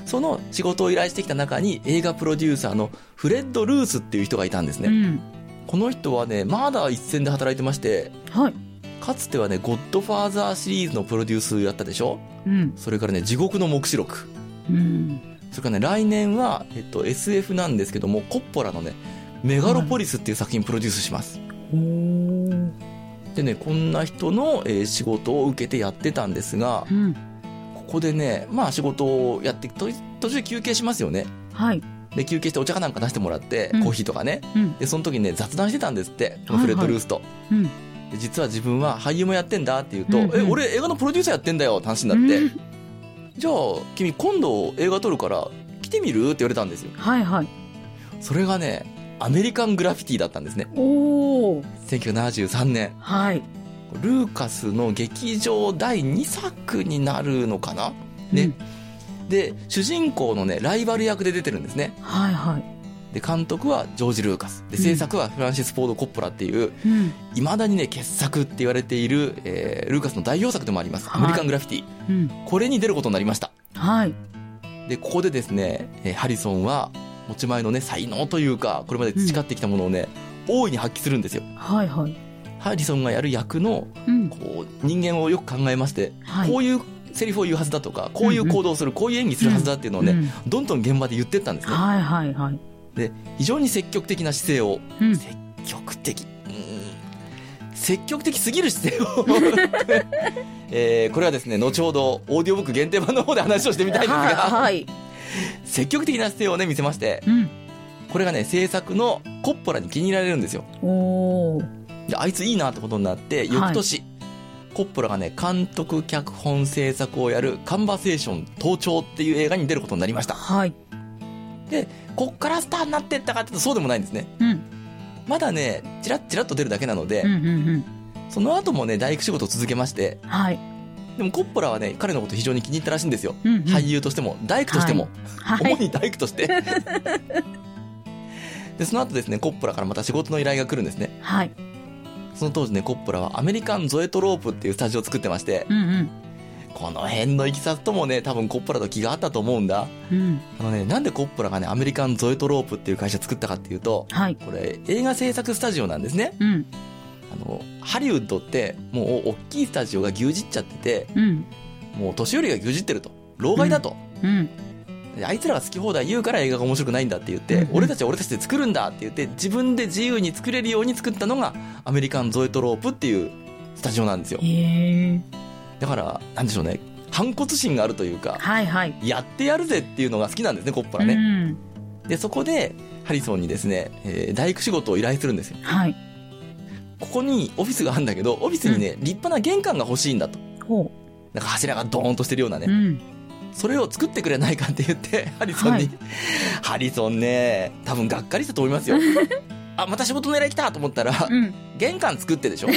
Speaker 1: その仕事を依頼してきた中に映画プロデューサーのフレッド・ルースっていう人がいたんです
Speaker 2: え
Speaker 1: ね。この人はね、まだ一線で働いてまして、
Speaker 2: うん。はい。
Speaker 1: かつてはね、ゴッドファーザーシリーズのプロデュースやったでしょ
Speaker 2: うん。
Speaker 1: それからね、地獄の黙示録。
Speaker 2: うん。
Speaker 1: それからね、来年は、えっと、SF なんですけども、コッポラのね、メガロポリスっていう作品プロデュースします。
Speaker 2: おー
Speaker 1: でね、こんな人の、えー仕事を受けてやってたんですが
Speaker 2: う、ん。
Speaker 1: ここでね、まあ仕事をやって、と途中で休憩しますよね。
Speaker 2: はい。
Speaker 1: で、休憩してお茶かなんか出してもらって、
Speaker 2: うん
Speaker 1: コーヒーとかね。
Speaker 2: うん。
Speaker 1: で、その時にね、雑談してたんですって、このフレッド・ルースと。
Speaker 2: うん。
Speaker 1: で実は自分は俳優もやってんだって言うと、
Speaker 2: うんうん
Speaker 1: え、俺映画のプロデューサーやってんだよって話になって、
Speaker 2: うん
Speaker 1: じゃあ、君今度映画撮るから来てみるって言われたんですよ。
Speaker 2: はいはい。
Speaker 1: それがね、アメリカングラフィティだったんですね。
Speaker 2: おお。
Speaker 1: 1973年。
Speaker 2: はい。
Speaker 1: ルーカスの劇場第2作になるのかなね、で、主人公のね、ライバル役で出てるんですね。
Speaker 2: うん。はいはい。
Speaker 1: で、監督はジョージ・ルーカス。で、制作はフランシス・フォード・コッポラっていう、
Speaker 2: うん。
Speaker 1: 未だにね、傑作って言われている、えー、ルーカスの代表作でもあります。
Speaker 2: は
Speaker 1: ア
Speaker 2: い
Speaker 1: メリカングラフィティ。
Speaker 2: うん。
Speaker 1: これに出ることになりました。
Speaker 2: はい。
Speaker 1: で、ここでですね、えーハリソンは、持ち前のね、才能というか、これまで培ってきたものをね、大いに発揮するんですよ。
Speaker 2: はいはい。
Speaker 1: ハリソンがやる役の、
Speaker 2: うん。
Speaker 1: こう、人間をよく考えまして、
Speaker 2: はい。
Speaker 1: こういうセリフを言うはずだとか、こういう行動をする、こういう演技するはずだっていうのをね、
Speaker 2: ん
Speaker 1: どんどん現場で言ってったんですね。
Speaker 2: はいはいはい。
Speaker 1: 非常に積極的な姿勢を、
Speaker 2: うん。
Speaker 1: 積極的、うーん積極的すぎる姿勢 を。えーこれはですね、後ほど、オーディオブック限定版の方で話をしてみたいんです
Speaker 2: はい
Speaker 1: が、
Speaker 2: はい。
Speaker 1: 積極的な姿勢をね、見せまして、
Speaker 2: うん。
Speaker 1: これがね、制作のコッポラに気に入られるんですよ。
Speaker 2: おお。
Speaker 1: で、あいついいなってことになって、翌年、コッポラがね、監督、脚本、制作をやる、カンバセーション、盗聴っていう映画に出ることになりました。
Speaker 2: はい。
Speaker 1: こっからスターになってったかっていうとそうでもないんですね。
Speaker 2: うん。
Speaker 1: まだね、チラッチラッと出るだけなので、
Speaker 2: うんうん
Speaker 1: その後もね、大工仕事を続けまして、
Speaker 2: うん。はい。
Speaker 1: でもコッポラはね、彼のこと非常に気に入ったらしいんですよ。
Speaker 2: うんうん。
Speaker 1: 俳。優としても、大工としても、
Speaker 2: は
Speaker 1: 主
Speaker 2: い。
Speaker 1: に大工と して。で、その後ですね、コッポラからまた仕事の依頼が来るんですね。
Speaker 2: はい。
Speaker 1: その当時ね、コッポラはアメリカンゾエトロープっていうスタジオを作ってまして、
Speaker 2: うんうん。
Speaker 1: この辺のいきさつともね、多分コッポラと気があったと思うんだ。
Speaker 2: うん。
Speaker 1: あのね、なんでコッポラがね、アメリカンゾエトロープっていう会社作ったかっていうと、
Speaker 2: はい。
Speaker 1: これ映画制作スタジオなんですね。
Speaker 2: うん。
Speaker 1: あの、ハリウッドってもう大きいスタジオが牛耳っちゃってて、
Speaker 2: うん。
Speaker 1: もう年寄りが牛耳ってると。老害だと。
Speaker 2: うん。
Speaker 1: であいつらが好き放題言うから映画が面白くないんだって言って、
Speaker 2: うんうん
Speaker 1: 俺たちは俺たちで作るんだって言って、自分で自由に作れるように作ったのがアメリカンゾエトロープっていうスタジオなんですよ。
Speaker 2: へえ。
Speaker 1: だから、なんでしょうね。反骨心があるというか、
Speaker 2: はいはい。
Speaker 1: やってやるぜっていうのが好きなんですね、コッポラ
Speaker 2: う
Speaker 1: ね。
Speaker 2: ん。
Speaker 1: で、そこで、ハリソンにですね、えー大工仕事を依頼するんですよ。
Speaker 2: はい。
Speaker 1: ここにオフィスがあるんだけど、オフィスにね、立派な玄関が欲しいんだと。
Speaker 2: ほ
Speaker 1: なんか柱がドーンとしてるような
Speaker 2: う。う
Speaker 1: ね。
Speaker 2: ん。
Speaker 1: それを作ってくれないかって言って、ハリソンに。
Speaker 2: はい
Speaker 1: ハリソンね、多分がっかりしたと思い ますよ。あ、また仕事の依頼来たと思ったら、
Speaker 2: うん。
Speaker 1: 玄関作ってで しょ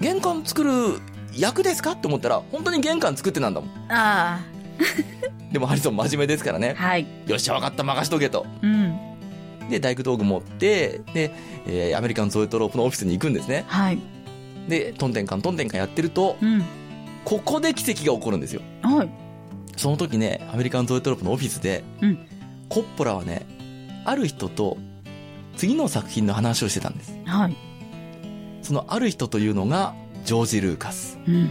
Speaker 1: 玄関作る役ですかって思ったら、本当に玄関作ってなんだもん。
Speaker 2: あ
Speaker 1: でもハリソン真面目ですから
Speaker 2: あ。
Speaker 1: ね。
Speaker 2: はい。
Speaker 1: よっしゃ、わかった、任しとけと。
Speaker 2: うん。
Speaker 1: で、大工道具持って、で、えーアメリカンゾエトロープのオフィスに行くんですね。
Speaker 2: はい。
Speaker 1: で、トンテンカントンテンカンやってると、
Speaker 2: うん。
Speaker 1: ここで奇跡が起こるんですよ。
Speaker 2: はい。
Speaker 1: その時ね、アメリカンゾエトロープのオフィスで、
Speaker 2: うん
Speaker 1: コッポラはね、ある人と、次の作品の話をしてたんです。
Speaker 2: はい。
Speaker 1: そのある人というのが、ジョージ・ルーカス。
Speaker 2: うん。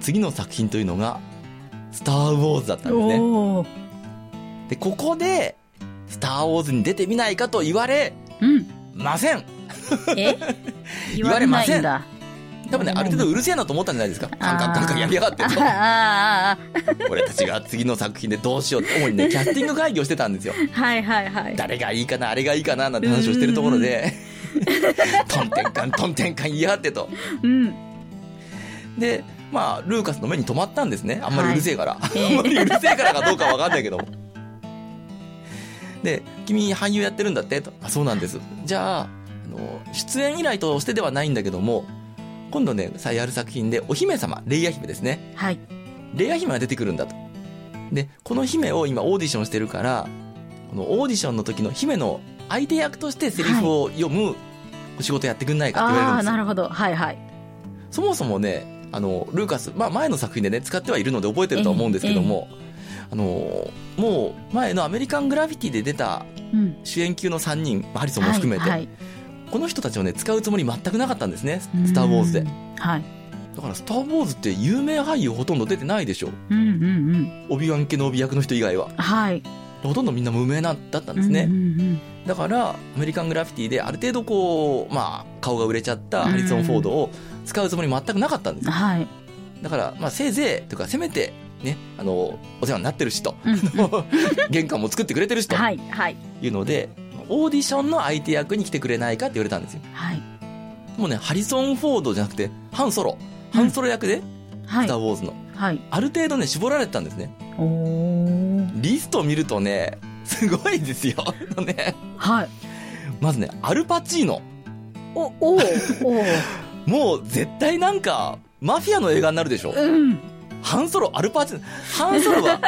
Speaker 1: 次の作品というのが、スター・ウォーズだったんですね。
Speaker 2: おお。
Speaker 1: で、ここで、スター・ウォーズに出てみないかと言われ
Speaker 2: うん。
Speaker 1: ません
Speaker 2: え
Speaker 1: 言われません
Speaker 2: 言わないんだ。
Speaker 1: 多分ね、ある程度うるせえなと思ったんじゃないですか。カンカンカンカンやりやがって
Speaker 2: あ
Speaker 1: と
Speaker 2: ー。あー
Speaker 1: 俺たちが次の作品でどうしようって、主にね、キャスティング会議をしてたんですよ。
Speaker 2: あーはいはいはい。
Speaker 1: 誰がいいかな、あれがいいかな、なんて話をしてるところで、トンテンカン、トンテンカン言いやがってと。
Speaker 2: うん。
Speaker 1: で、まあ、ルーカスの目に留まったんですね。あんまりうるせえから。
Speaker 2: い
Speaker 1: あんまりうるせえからかどうかわかんないけども。で、君俳優やってるんだってと。あ、そうなんです。じゃあ、あの、出演依頼としてではないんだけども、今度ね、再ある作品で、お姫様、レイヤ姫ですね。
Speaker 2: はい。
Speaker 1: レア姫が出てくるんだと。で、この姫を今オーディションしてるから、このオーディションの時の姫の相手役としてセリフを読むお仕事やってくんないかって言われ
Speaker 2: あ
Speaker 1: る
Speaker 2: あ、
Speaker 1: んです
Speaker 2: な
Speaker 1: よ。
Speaker 2: るほど。はいはい。
Speaker 1: そもそもね、あの、ルーカス、まあ前の作品でね、使ってはいるので覚えてるとは思うんですけども、あの、もう前のアメリカングラフィティで出た
Speaker 2: うん。
Speaker 1: 主演級の3人、ハリソンも含めて、
Speaker 2: はいはい
Speaker 1: この人たちをね、使うつもり全くなかったんですね、スター・ウォーズで
Speaker 2: う。んはい。
Speaker 1: だから、スター・ウォーズって有名俳優ほとんど出てないでしょ。
Speaker 2: うんうんうん。
Speaker 1: オビワン系の帯役の人以外は。
Speaker 2: はい。
Speaker 1: ほとんどみんな無名なんだったんですね、
Speaker 2: うんうんうん
Speaker 1: だからアメリカングラフィティである程度こう、まあ、顔が売れちゃったハリソン・フォードを使うつもり全くなかったんですよ
Speaker 2: はい。
Speaker 1: だから、まあ、せいぜいというかせめてねあのお世話になってるし と
Speaker 2: うん
Speaker 1: 玄関も作ってくれてるしと
Speaker 2: はいはい。
Speaker 1: いうので、オーディションの相手役に来てくれないかって言われたんですよ
Speaker 2: はい。
Speaker 1: もうねハリソン・フォードじゃなくてハン・ソロハン・ソロ役で「
Speaker 2: は
Speaker 1: ス
Speaker 2: い
Speaker 1: ター・。ウォーズの」
Speaker 2: はい。
Speaker 1: ある程度ね絞られてたんですね
Speaker 2: おー。
Speaker 1: リストを見るとねすごいですよ あのね
Speaker 2: はい。
Speaker 1: まずねアルパチーノ
Speaker 2: お、おー。おー。
Speaker 1: もう絶対なんか、マフィアの映画になるでしょ
Speaker 2: うん。
Speaker 1: ハンソロ、アルパーチーノ。ハンソロは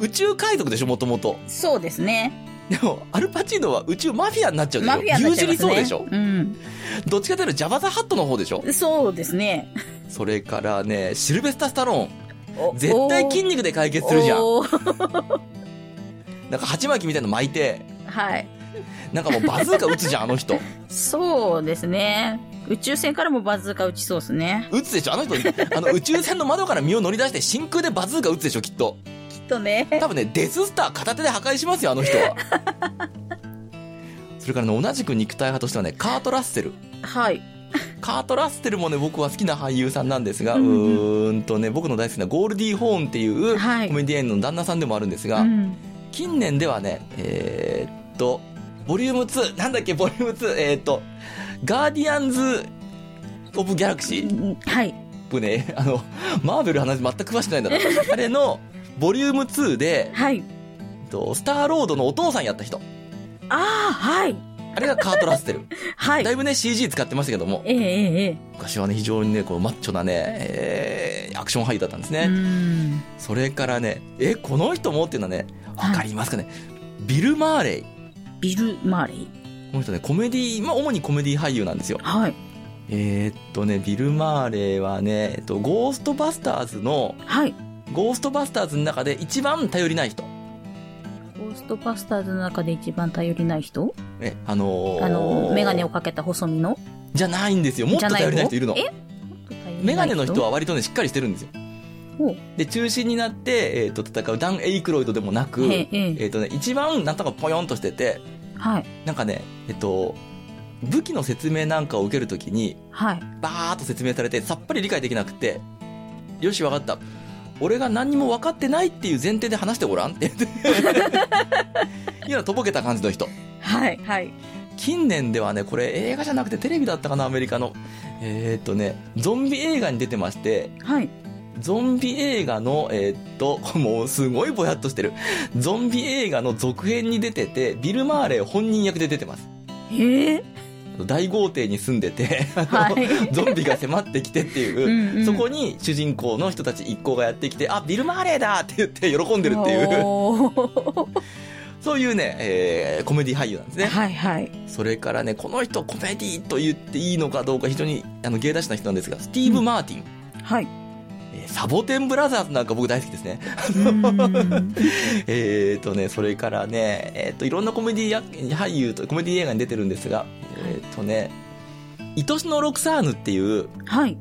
Speaker 1: 宇宙海賊でしょもともと。
Speaker 2: そうですね。
Speaker 1: でも、アルパチーノは宇宙マフィアになっちゃうでし
Speaker 2: マ
Speaker 1: ょ
Speaker 2: フィアになっ
Speaker 1: 牛
Speaker 2: ちゃい
Speaker 1: 耳
Speaker 2: ま
Speaker 1: り
Speaker 2: すね。
Speaker 1: そうでしょ
Speaker 2: うん。
Speaker 1: どっちかというとジャバザハットの方でしょ
Speaker 2: そうですね。
Speaker 1: それからね、シルベスタ・スタローン。
Speaker 2: お
Speaker 1: 絶対筋肉で解決するじゃん。
Speaker 2: おー
Speaker 1: なんか鉢巻きみたいなの巻いて、
Speaker 2: はい。
Speaker 1: なんかもうバズーカ撃つじゃん、あの人。
Speaker 2: そうですね。宇宙船からもバズーカ撃ちそうですね。
Speaker 1: 撃つでしょあの人、あの宇宙船の窓から身を乗り出して真空でバズーカ撃つでしょきっと。
Speaker 2: きっとね。
Speaker 1: 多分ね、デススター片手で破壊しますよ、あの人は。 それからね、同じく肉体派としてはね、カート・ラッセル。
Speaker 2: はい。
Speaker 1: カート・ラッセルもね、僕は好きな俳優さんなんですが、う
Speaker 2: うんうん
Speaker 1: ーんとね、僕の大好きなゴールディ・ホーンっていう
Speaker 2: はい
Speaker 1: コメディエンヌの旦那さんでもあるんですが、
Speaker 2: うん。
Speaker 1: 近年ではね、えーっと、ボリューム2、なんだっけ、ボリューム2、えーっと、ガーディアンズ・オブ・ギャラクシー。
Speaker 2: はい。
Speaker 1: 僕ね、あの、マーベル話全く詳しくないんだな。あれの、ボリューム2で、
Speaker 2: はい。
Speaker 1: えっとスター・ロードのお父さんやった人。
Speaker 2: ああ、はい。
Speaker 1: あれがカート・ラッセル。
Speaker 2: はい
Speaker 1: だ。いぶね、CG 使ってましたけども、
Speaker 2: えええ
Speaker 1: 昔はね、非常にね、こうマッチョなね、えーアクション俳優だったんです
Speaker 2: えええ。う
Speaker 1: ね。
Speaker 2: ん。
Speaker 1: それからね、え、この人もっていうのはね、わかりますかね。ビル・マーレイ。
Speaker 2: ビル・マーレイ。
Speaker 1: この人ね、コメディ、まあ、主にコメディ俳優なんですよ。
Speaker 2: はい。
Speaker 1: えーっとね、ビル・マーレイはね、えっと、ゴーストバスターズの、
Speaker 2: はい。
Speaker 1: ゴーストバスターズの中で一番頼りない人。
Speaker 2: ゴーストバスターズの中で一番頼りない人
Speaker 1: ね、あのー、
Speaker 2: あの、メガネをかけた細身の
Speaker 1: じゃないんですよ。もっと頼りない人いるの。
Speaker 2: じゃない方えもっと頼りない
Speaker 1: メガネの人は割とね、しっかりしてるんですよ
Speaker 2: ほう。
Speaker 1: で、中心になって、えっ、と、戦うダン・エイクロイドでもなく、
Speaker 2: え
Speaker 1: えっ、
Speaker 2: えええ
Speaker 1: とね、一番なんとかポヨンとしてて、
Speaker 2: はい。
Speaker 1: なんかね、えっ、と、武器の説明なんかを受けるときに、
Speaker 2: はい。
Speaker 1: バーっと説明されて、さっぱり理解できなくて、よし、わかった。俺が何にも分かってないっていう前提で話してごらん って言って。いうのとぼけた感じの人。
Speaker 2: はい。はい。
Speaker 1: 近年ではね、これ映画じゃなくてテレビだったかな、アメリカの。えっ、とね、ゾンビ映画に出てまして、
Speaker 2: はい。
Speaker 1: ゾンビ映画の、えーっと、 もうすごいぼやっとしてる。ゾンビ映画の続編に出てて、ビル・マーレー本人役で出てます。
Speaker 2: ええ
Speaker 1: 大豪邸に住んでて、あの
Speaker 2: はい。
Speaker 1: ゾンビが迫ってきてっていう、
Speaker 2: うんうん
Speaker 1: そこに主人公の人たち一行がやってきて、あ、ビル・マーレーだって言って喜んでるっていう、
Speaker 2: おー
Speaker 1: そういうね、えーコメディ俳優なんですね。
Speaker 2: はいはい。
Speaker 1: それからね、この人コメディと言っていいのかどうか非常にあの芸出しな人なんですが、スティーブ・マーティン、
Speaker 2: はい。
Speaker 1: えーサボテンブラザーズなんか僕大好きですね。
Speaker 2: うーん
Speaker 1: えーとね、それからね、えーと、いろんなコメディや俳優と、コメディ映画に出てるんですが、えーとね、愛しのロクサーヌっていう、
Speaker 2: はい。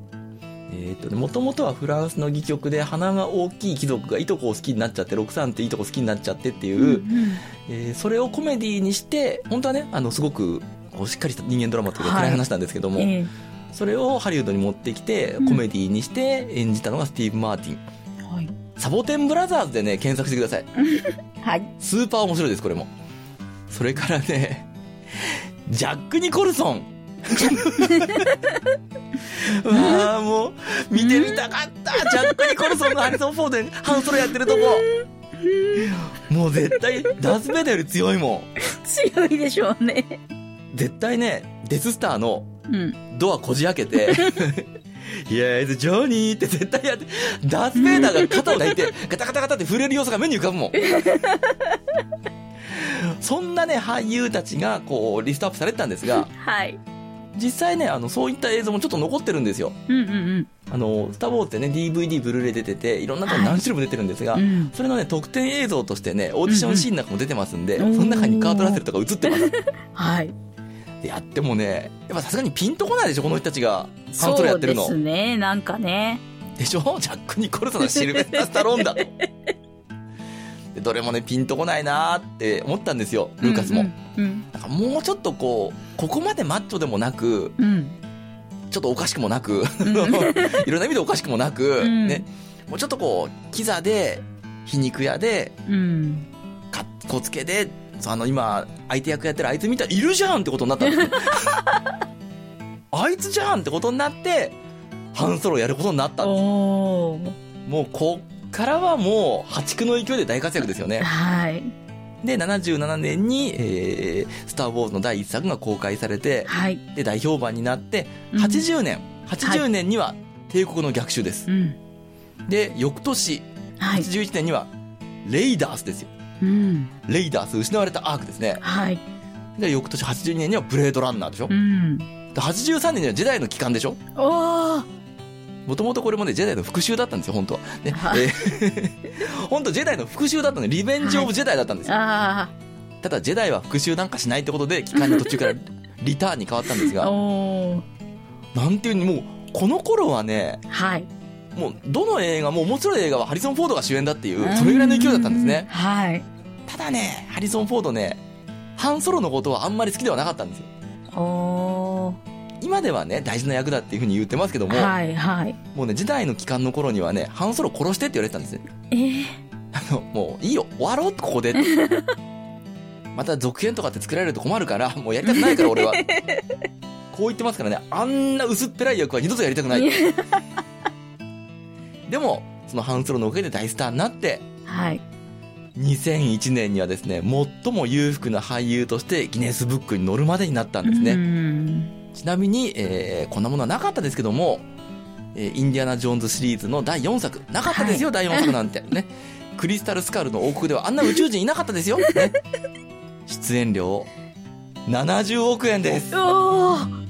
Speaker 1: えーとね、もともとはフランスの戯曲で鼻が大きい貴族がいとこを好きになっちゃって、ロクサーヌっていとこ好きになっちゃってっていう、
Speaker 2: うん
Speaker 1: えーそれをコメディにして、本当はね、あの、すごく、こうしっかりした人間ドラマというか暗い話なんですけども、
Speaker 2: ええ
Speaker 1: それをハリウッドに持ってきて
Speaker 2: ん
Speaker 1: コメディにして演じたのがスティーブ・マーティン、
Speaker 2: はい。
Speaker 1: サボテンブラザーズでね検索してください
Speaker 2: はい。
Speaker 1: スーパー面白いですこれもそれからねジャック・ニコルソンうわあもう見てみたかったジャック・ニコルソンがハリソン・フォーデン半ソロやってるとこもう絶対ダース・ベイダーより強いもん
Speaker 2: 強いでしょうね。
Speaker 1: 絶対ねデス・スターの
Speaker 2: うん。
Speaker 1: ドアこじ開け て、イエーイズ・ジョーニーって絶対やって、ダース・ベイダーが肩を抱いて、ガタガタガタって触れる様子が目に浮かぶ もん。そんなね、俳優たちが、こう、リストアップされてたんですが、
Speaker 2: はい。
Speaker 1: 実際ね、あの、そういった映像もちょっと残ってるんですよ。
Speaker 2: うんうん
Speaker 1: あの、スター・ウォーズってね、DVD、ブルーレイ出てて、いろんなとこに何種類も出てるんですが
Speaker 2: うん。う、ん。
Speaker 1: それのね、特典映像としてね、オーディションシーンなんかも出てますんで、
Speaker 2: うんうん
Speaker 1: その中にカートラッセルとか映ってます。
Speaker 2: はい。
Speaker 1: でやってもね、やっぱさすがにピンとこないでしょ、この人たちが。カントラやってるの。
Speaker 2: そうですね。なんかね。
Speaker 1: でしょジャ ック・ニコルソンのシルベスター・スタローンだと。でどれもね、ピンとこないなーって思ったんですよ、ルーカスも。
Speaker 2: うん
Speaker 1: なんかもうちょっとこう、ここまでマッチョでもなく、
Speaker 2: うん。うん。
Speaker 1: ちょっとおかしくもなく、
Speaker 2: う ん
Speaker 1: いろんな意味でおかしくもなく、
Speaker 2: うん
Speaker 1: ね、もうちょっとこう、キザで、皮肉屋で、
Speaker 2: うん。
Speaker 1: かっこつけで、そうあの今、相手役やってるあいつみたい、いるじゃんってことになったんです よ。あいつじゃんってことになって、ハンソロやることになったんですよ
Speaker 2: おー。
Speaker 1: もうこっからはもう破竹の勢いで大活躍ですよね。
Speaker 2: はい。
Speaker 1: で、77年に、えー、スター・ウォーズの第一作が公開されて、
Speaker 2: はい。
Speaker 1: で、大評判になって、
Speaker 2: うん
Speaker 1: 80年、80年には帝国の逆襲です。
Speaker 2: うん。
Speaker 1: で、翌年、
Speaker 2: はい。
Speaker 1: 81年には、レイダースですよ。
Speaker 2: うん。
Speaker 1: レイダース、失われたアークですね。
Speaker 2: はい。
Speaker 1: で、翌年82年にはブレードランナーでしょ
Speaker 2: う。ん。
Speaker 1: で、83年にはジェダイの帰還でしょ。
Speaker 2: おー。
Speaker 1: もともとこれもね、ジェダイの復讐だったんですよ、本当は。ね、え
Speaker 2: はい
Speaker 1: ー 本当ジェダイの復讐だったので、リベンジ・オブ・ジェダイだったんですよ
Speaker 2: あ
Speaker 1: ただジェダイは復讐なんかしないってことで期間の途中からリターンに変わったんです
Speaker 2: ー。
Speaker 1: が
Speaker 2: おー。
Speaker 1: なんていうにもうこの頃はね
Speaker 2: はい。
Speaker 1: もうどの映画も面白い映画はハリソン・フォードが主演だっていうそれぐらいの勢いだったんです
Speaker 2: う
Speaker 1: ね
Speaker 2: はい。
Speaker 1: ただねハリソン・フォードねハンソロのことはあんまり好きではなかったんですよ
Speaker 2: おー。
Speaker 1: 今ではね大事な役だっていうふうに言ってますけども、
Speaker 2: はいはい。
Speaker 1: もうね時代の期間の頃にはねハンソロ殺してって言われてたんですね
Speaker 2: えー。
Speaker 1: あの もういいよ終わろうここで また続編とかって作られると困るからもうやりたくないから俺 はこう言ってますからねあんな薄っぺらい役は二度とやりたくないでもそのハンソロのおかげで大スターになって
Speaker 2: はい。
Speaker 1: 2001年にはですね最も裕福な俳優としてギネスブックに載るまでになったんですね、
Speaker 2: ね。
Speaker 1: ちなみに、えーこんなものはなかったですけども、えーインディアナ・ジョーンズシリーズの第4作、なかったですよ、第4作なんて。 ね。クリスタル・スカルの王国ではあんな宇宙人いなかったですよ。ね、出演料、70億円です。
Speaker 2: おー。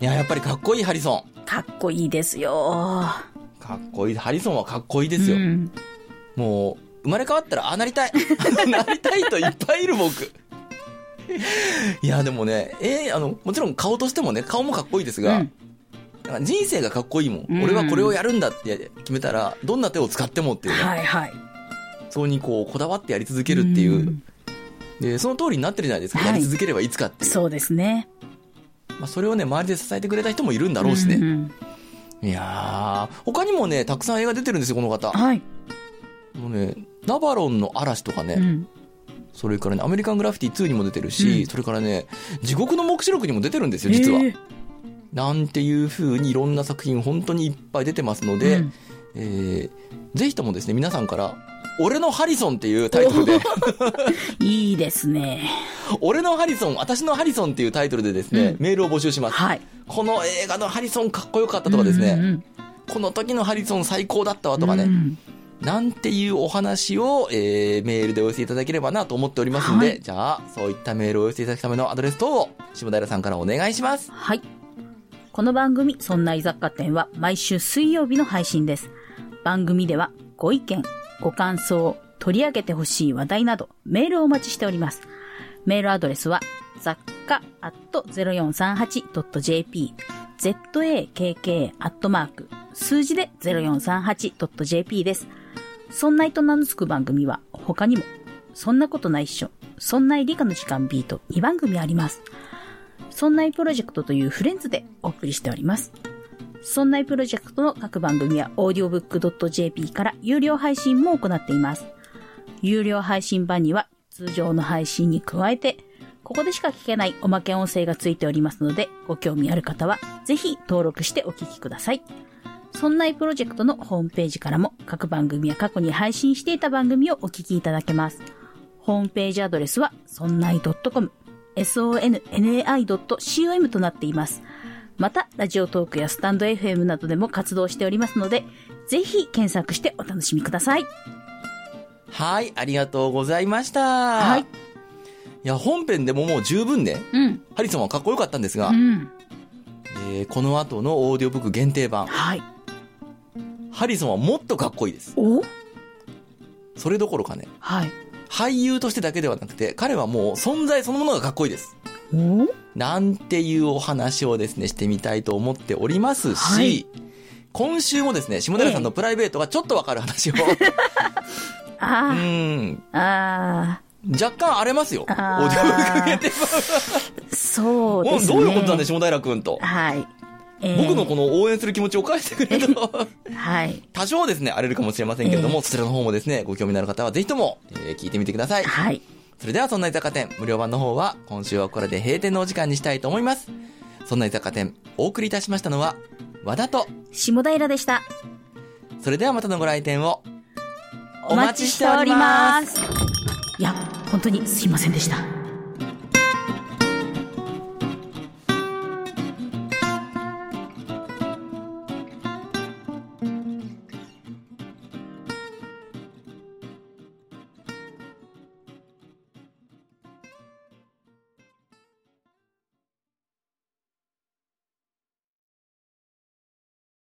Speaker 1: いや、やっぱりかっこいいハリソ
Speaker 2: かっこいいですよ。
Speaker 1: ン。かっこいい。ハリソンはかっこいいですよ。
Speaker 2: うん
Speaker 1: もう、生まれ変わったら、ああ、なりたい。 なりたいといっぱいいる 僕。いや、でもね、えーあの、もちろん顔としてもね、顔もかっこいいですが、
Speaker 2: うん
Speaker 1: なんか人生がかっこいいもん,、
Speaker 2: うん
Speaker 1: 俺はこれをやるんだって決めたら、どんな手を使ってもっていうね、
Speaker 2: はいはい。
Speaker 1: そうにこう、こだわってやり続けるっていう、
Speaker 2: ん
Speaker 1: で、その通りになってるじゃないですか。
Speaker 2: はい
Speaker 1: やり続ければいつかっていう。
Speaker 2: そうですね。
Speaker 1: まあ、それをね、周りで支えてくれた人もいるんだろうしね。
Speaker 2: んん
Speaker 1: いやー、他にもね、たくさん映画出てるんですよ、この方。
Speaker 2: はい。
Speaker 1: もうね、ナバロンの嵐とかね、
Speaker 2: うん
Speaker 1: それからね、アメリカングラフィティ2にも出てるし、
Speaker 2: うん
Speaker 1: それからね、地獄の黙示録にも出てるんですよ、実は。
Speaker 2: えー
Speaker 1: なんていう風にいろんな作品本当にいっぱい出てますので、
Speaker 2: うん
Speaker 1: えーぜひともですね、皆さんから、俺のハリソンっていうタイトルで、
Speaker 2: いいですね。
Speaker 1: 俺のハリソン、私のハリソンっていうタイトルでですね、
Speaker 2: う
Speaker 1: メールを募集します。
Speaker 2: はい。
Speaker 1: この映画のハリソンかっこよかったとかですね、
Speaker 2: うんうんうん
Speaker 1: この時のハリソン最高だったわとかね、
Speaker 2: うん
Speaker 1: なんていうお話を、えーメールでお寄せいただければなと思っておりますんで、
Speaker 2: はい
Speaker 1: じゃあ、そういったメールをお寄せいただくためのアドレス等を、下平さんからお願いします。
Speaker 2: はい。この番組、そんな居雑貨店は毎週水曜日の配信です。番組ではご意見、ご感想、取り上げてほしい話題など、メールをお待ちしております。メールアドレスは、雑貨 0438.jp、zakk アットマーク、数字で 0438.jp です。そんないと名の付く番組は、他にも、そんなことないっしょ、そんない理科の時間 B と2番組あります。そんないプロジェクトというフレンズでお送りしております。そんないプロジェクトの各番組は audiobook.jp から有料配信も行っています。有料配信版には通常の配信に加えて、ここでしか聞けないおまけ音声がついておりますので、ご興味ある方はぜひ登録してお聞きください。そんないプロジェクトのホームページからも各番組や過去に配信していた番組をお聞きいただけます。ホームページアドレスは、そんない .com、sonnai.com となっています。また、ラジオトークやスタンド FM などでも活動しておりますので、ぜひ検索してお楽しみください。
Speaker 1: はい、ありがとうございました。
Speaker 2: はい
Speaker 1: いや、本編でももう十分ね、
Speaker 2: うん。
Speaker 1: ハリソンはかっこよかったんですが、
Speaker 2: うん。
Speaker 1: えーこの後のオーディオブック限定版、
Speaker 2: はい。
Speaker 1: ハリソンはもっとかっこいいです。
Speaker 2: お
Speaker 1: それどころかね、
Speaker 2: はい。
Speaker 1: 俳優としてだけではなくて、彼はもう存在そのものがかっこいいです。
Speaker 2: お
Speaker 1: なんていうお話をですね、してみたいと思っておりますし、
Speaker 2: はい
Speaker 1: 今週もですね、下平さんのプライベートがちょっとわかる話を、 う
Speaker 2: あ
Speaker 1: ん、
Speaker 2: あ、あ
Speaker 1: 若干荒れますよ。オーデ
Speaker 2: あー
Speaker 1: ィオブック限定
Speaker 2: あ、そう
Speaker 1: 版。う
Speaker 2: で
Speaker 1: ん
Speaker 2: すね。
Speaker 1: どういうことなんで下平くんと。
Speaker 2: はい。えー
Speaker 1: 僕のこの応援する気持ちを返してくれると、
Speaker 2: はい。
Speaker 1: 多少ですね、荒れるかもしれませんけれども、そちらの方もですね、ご興味のある方はぜひとも、えー聞いてみてください。
Speaker 2: はい。
Speaker 1: それでは、そんな居酒屋店、無料版の方は、今週はこれで閉店のお時間にしたいと思います。そんな居酒屋店、お送りいたしましたのは、和田と、
Speaker 2: 下平でした。
Speaker 1: それではまたのご来店を、
Speaker 2: お待ちしております。いや、本当にすいませんでした。